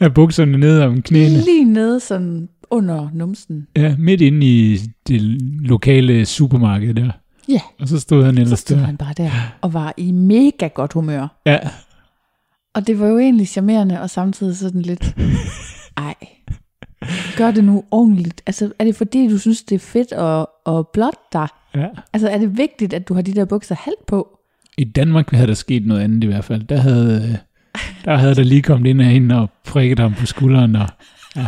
Af bukserne ned om knæene. Lige nede sådan under numsen. Ja, midt inde i det lokale supermarked der. Ja, Og så stod han så ellers stod der. han bare der og var i mega godt humør. Ja, Og det var jo egentlig charmerende og samtidig sådan lidt, ej, gør det nu ordentligt. Altså er det fordi, du synes, det er fedt at, at blotte dig? ja. Altså er det vigtigt, at du har de der bukser halvt på? I Danmark havde der sket noget andet i hvert fald. Der havde, øh, der, havde der lige kommet ind af hende og prikket ham på skulderen. Og, ja.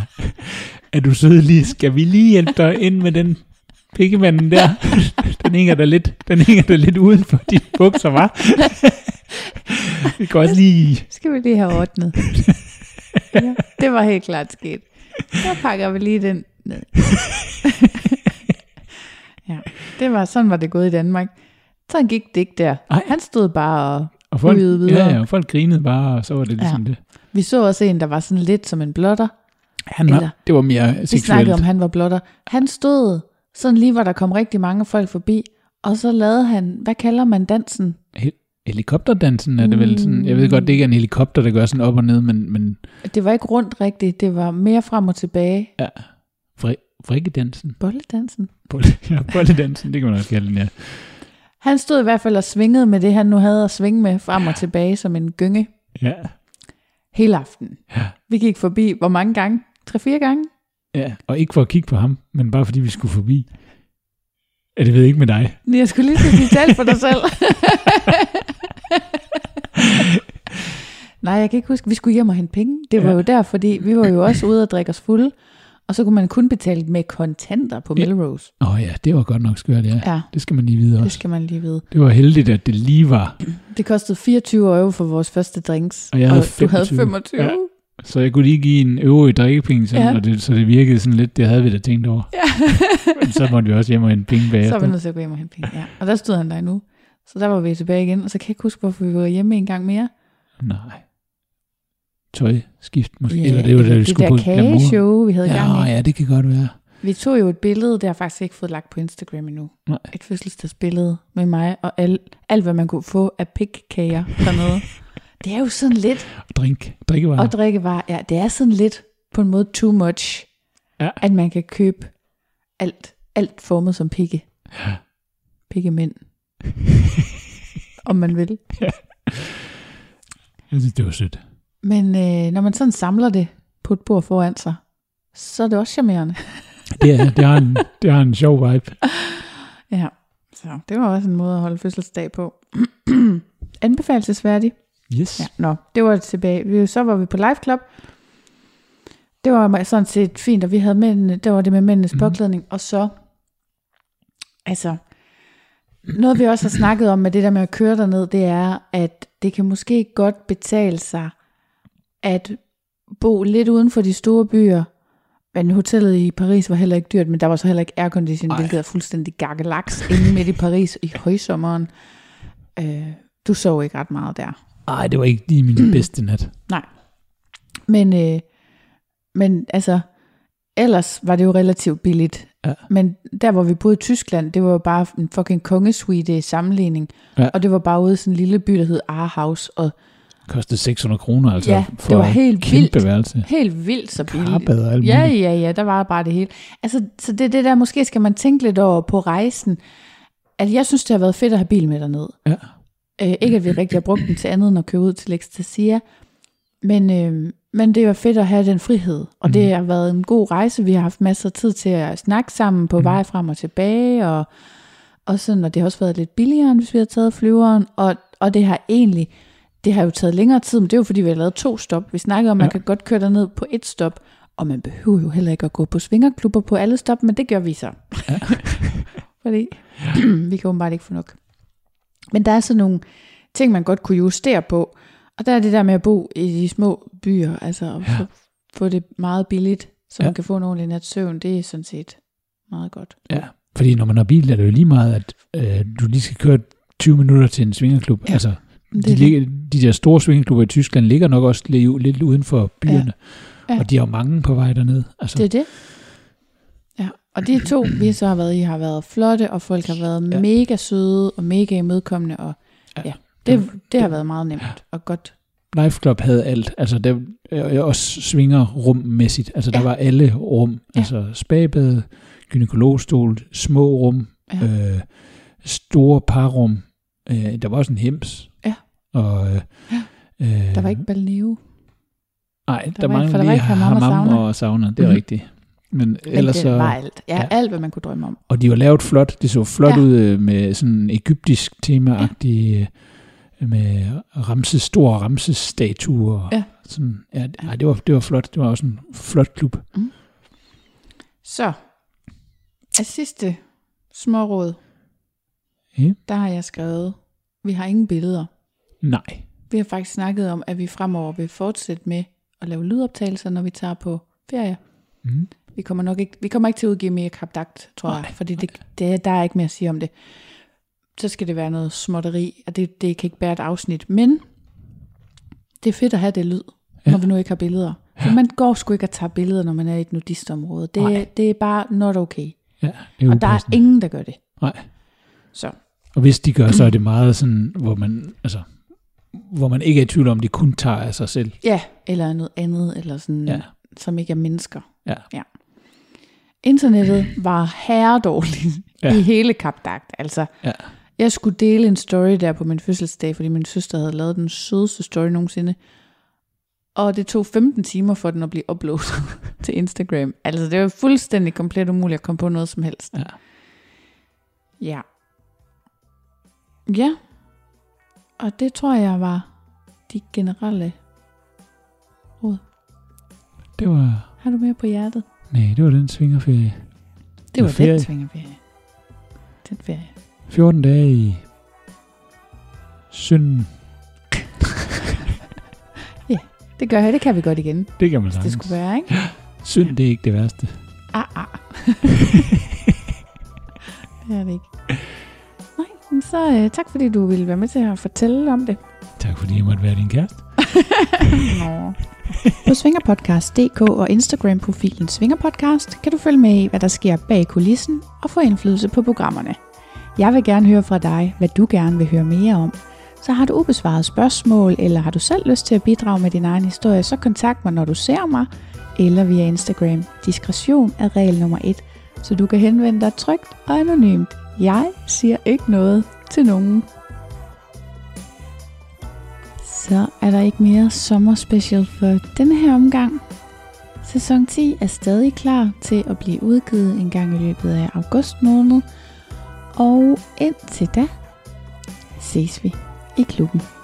Er du sød lige? Skal vi lige hjælpe dig ind med den pikkemanden der? Den hænger der lidt, den hænger der lidt uden for de bukser, var. Vi kan også lige... Skal vi lige have ordnet? Ja, det var helt klart sket. Så pakker vi lige den ned. ja, det var, sådan var det gået i Danmark. Sådan gik det ikke der. Ej. Han stod bare og Og folk, Ryge videre. ja, ja, og folk grinede bare, og så var det ligesom ja. det. Vi så også en, der var sådan lidt som en blotter. Han var, Eller- det var mere seksuelt. Vi snakkede om, han var blotter. Han stod sådan lige, hvor der kom rigtig mange folk forbi, og så lavede han, hvad kalder man dansen? Hel- Helikopterdansen er det vel sådan, jeg ved godt, det ikke er en helikopter, der gør sådan op og ned, men, men Det var ikke rundt rigtigt, det var mere frem og tilbage. fri- frikkedansen, Bolledansen. Bolle- ja, bolledansen, det kan man også kalde den, ja. Han stod i hvert fald og svingede med det, han nu havde at svinge med frem og tilbage som en gynge Ja, hele aftenen. Ja. Vi gik forbi, hvor mange gange? 3-4 gange? ja. Og ikke for at kigge på ham, men bare fordi vi skulle forbi. Ja, det ved jeg ikke med dig. Men Jeg skulle lige til at sige, tal for dig selv. Nej, jeg kan ikke huske. Vi skulle hjem og hente penge. Det var Ja. ja. jo der, fordi vi var jo også ude og drikke os fulde. Og så kunne man kun betale med kontanter på Ja. Melrose. Åh oh, ja, det var godt nok skørt, ja. Ja, Det skal man lige vide det også. skal man lige vide. Det var heldigt, at det lige var. Det kostede 24 euro for vores første drinks. Og jeg havde du havde 25. 25. Ja. Ja. Så jeg kunne lige give en øvrig drikkepenge, sådan, Ja. ja. og det, så det virkede sådan lidt, det havde vi da tænkt over. Ja. Men så måtte vi også hjem og hente penge Så er vi bagefter. nødt til at gå hjem og hente penge. Ja. Og der stod han der nu. Så der var vi tilbage igen, og så kan jeg ikke huske, hvorfor vi var hjemme en gang mere. Nej. Tøjskift måske. Ja, eller det var da vi det skulle der på glamour. kageshow, vi havde i gang Ja, i. ja, det kan godt være. Vi tog jo et billede, det har jeg faktisk ikke fået lagt på Instagram endnu. Nej. Et fødselsdagsbillede med mig og alt, alt hvad man kunne få af pikkager dernede. det er jo sådan lidt, Og drink. Drikkevarer. og drikkevarer, ja, det er sådan lidt på en måde too much, Ja. at man kan købe alt, alt formet som pikke. Pikkemænd. Om man vil. Jeg synes, det var sødt. Men øh, når man sådan samler det på et bord foran sig, så er det også charmerende. Det, er, det, har en, det har en sjov vibe. Ja, så det var også en måde at holde fødselsdag på. Anbefalesværdig. Yes. Ja, nå, det var tilbage. Vi, så var vi på Live Club. Det var mig- sådan set fint, og vi havde mændene, der var det med mændenes mm. påklædning, og så, altså, noget vi også har snakket om med det der med at køre derned, det er, at det kan måske godt betale sig at bo lidt uden for de store byer, men hotellet i Paris var heller ikke dyrt, men der var så heller ikke aircondition, hvilket er fuldstændig gakkelaks inde midt i Paris i højsommeren. Øh, du sov ikke ret meget der. Ej, det var ikke lige Mm. min bedste nat. Nej. Men, øh, men altså, ellers var det jo relativt billigt. Ja. Men der, hvor vi boede i Tyskland, det var jo bare en fucking kongesuite i sammenligning. Ja. Og det var bare ude i sådan en lille by, der hed Aarhus. Og Kostede 600 kroner, altså. Ja, det for var helt et kæmpe vildt. værelse. helt vildt så billigt. Karpet og alt Ja, muligt. ja, ja, der var bare det hele. Altså, så det er det der, måske skal man tænke lidt over på rejsen. Altså, jeg synes, det har været fedt at have bil med derned. Ja. Øh, ikke at vi rigtig har brugt den til andet end at købe ud til Extasia, men, øh, men det var fedt at have den frihed, og Mm. det har været en god rejse. Vi har haft masser af tid til at snakke sammen Mm. på vej frem og tilbage, og, og, sådan, og det har også været lidt billigere, end hvis vi havde taget flyveren, og, og det har egentlig, det har jo taget længere tid, men det er jo fordi, vi har lavet to stop. Vi snakkede om, at man Ja. kan godt køre derned på et stop, og man behøver jo heller ikke at gå på svingerklubber på alle stop, men det gør vi så. fordi vi kan åbenbart ikke få nok. Men der er sådan nogle ting, man godt kunne justere på. Og der er det der med at bo i de små byer, altså at ja. få, få det meget billigt, så ja. Ja. man kan få en ordentlig nat søvn, det er sådan set meget godt. Ja, fordi når man har bil, er det jo lige meget, at øh, du lige skal køre 20 minutter til en svingerklub. Ja, Ja, altså, det er de, det. ligger, de der store svingerklubber i Tyskland ligger nok også lidt, lidt uden for byerne. Ja, ja. Ja. Ja. Og de har jo mange på vej derned. Altså, Det er det. Ja, og de to, vi så har været i, har været flotte, og folk har været ja. Ja. mega søde og mega imødekommende, og ja, Ja. ja det, det har været meget nemt og godt. Life Club havde alt. Altså, der øh, også svinger rummæssigt. Altså, der Ja. var alle rum. Ja. Ja. Altså, spabade, gynekologstol, små rum, ja. øh, store parrum. Øh, der var også en hems. Ja. Og, øh, ja. Der var ikke balneo. Nej, der, var der ikke- for der mangler var lige ikke hammam og hammam, sauna. hammam og sauna. Det er Mhm. rigtigt. Men Men ellers det så... var alt. Ja, ja, ja. alt hvad man kunne drømme om. Og de var lavet flot. Det så flot Ja. ja. ud øh, med sådan egyptisk temaagtig ja. med Ramses, store Ramses statuer. Ja. Sådan, ja, ej, det, var, det var flot. Det var også en flot klub. Så, af sidste småråd, Ja. der har jeg skrevet, vi har ingen billeder. Nej. Vi har faktisk snakket om, at vi fremover vil fortsætte med at lave lydoptagelser, når vi tager på ferie. Mm. Vi kommer nok ikke, vi kommer ikke til at udgive mere kapdagt, tror jeg, fordi det, det, der er ikke mere at sige om det. Så skal det være noget småtteri, og det, det kan ikke bære et afsnit. Men det er fedt at have det lyd, ja. når vi nu ikke har billeder. For man går sgu ikke at tage billeder, når man er i et nudistområde. Nej. Det, det er bare not okay. Ja, det er Og der er ingen, der gør det. Nej. Så Og hvis de gør, så er det meget sådan, hvor man, altså, hvor man ikke er i tvivl om, de kun tager af sig selv. ja, eller noget andet, eller sådan, ja. Ja. som ikke er mennesker. Ja. Ja. Internettet var herredårligt ja. Ja. i hele kapdagt. Altså, Ja. jeg skulle dele en story der på min fødselsdag, fordi min søster havde lavet den sødeste story nogensinde. Og det tog 15 timer for den at blive uploadet til Instagram. Altså, det var fuldstændig komplet umuligt at komme på noget som helst. Ja. Ja. Ja. Og det tror jeg var de generelle råd. Det var, Har du mere på hjertet? nej, det var den svingerferie. Det var var ferie. den svingerferie. Den ferie. 14 dage i synden. Det gør jeg, det kan vi godt igen, Det kan man hvis det sagtens. skulle være, ikke? Synd, det er ikke det værste. Ah, ah. det er det ikke. Nej, men så øh, tak fordi du ville være med til at fortælle om det. Tak fordi jeg måtte være din kæreste. Nå. På svingerpodcast.dk og Instagram-profilen Svingerpodcast kan du følge med i, hvad der sker bag kulissen og få indflydelse på programmerne. Jeg vil gerne høre fra dig, hvad du gerne vil høre mere om. Så har du ubesvarede spørgsmål, eller har du selv lyst til at bidrage med din egen historie, så kontakt mig, når du ser mig, eller via Instagram. Diskretion er regel nummer et, så du kan henvende dig trygt og anonymt. Jeg siger ikke noget til nogen. Så er der ikke mere sommerspecial for denne her omgang. Sæson 10 er stadig klar til at blive udgivet en gang i løbet af august måned. Og indtil da ses vi i klubben.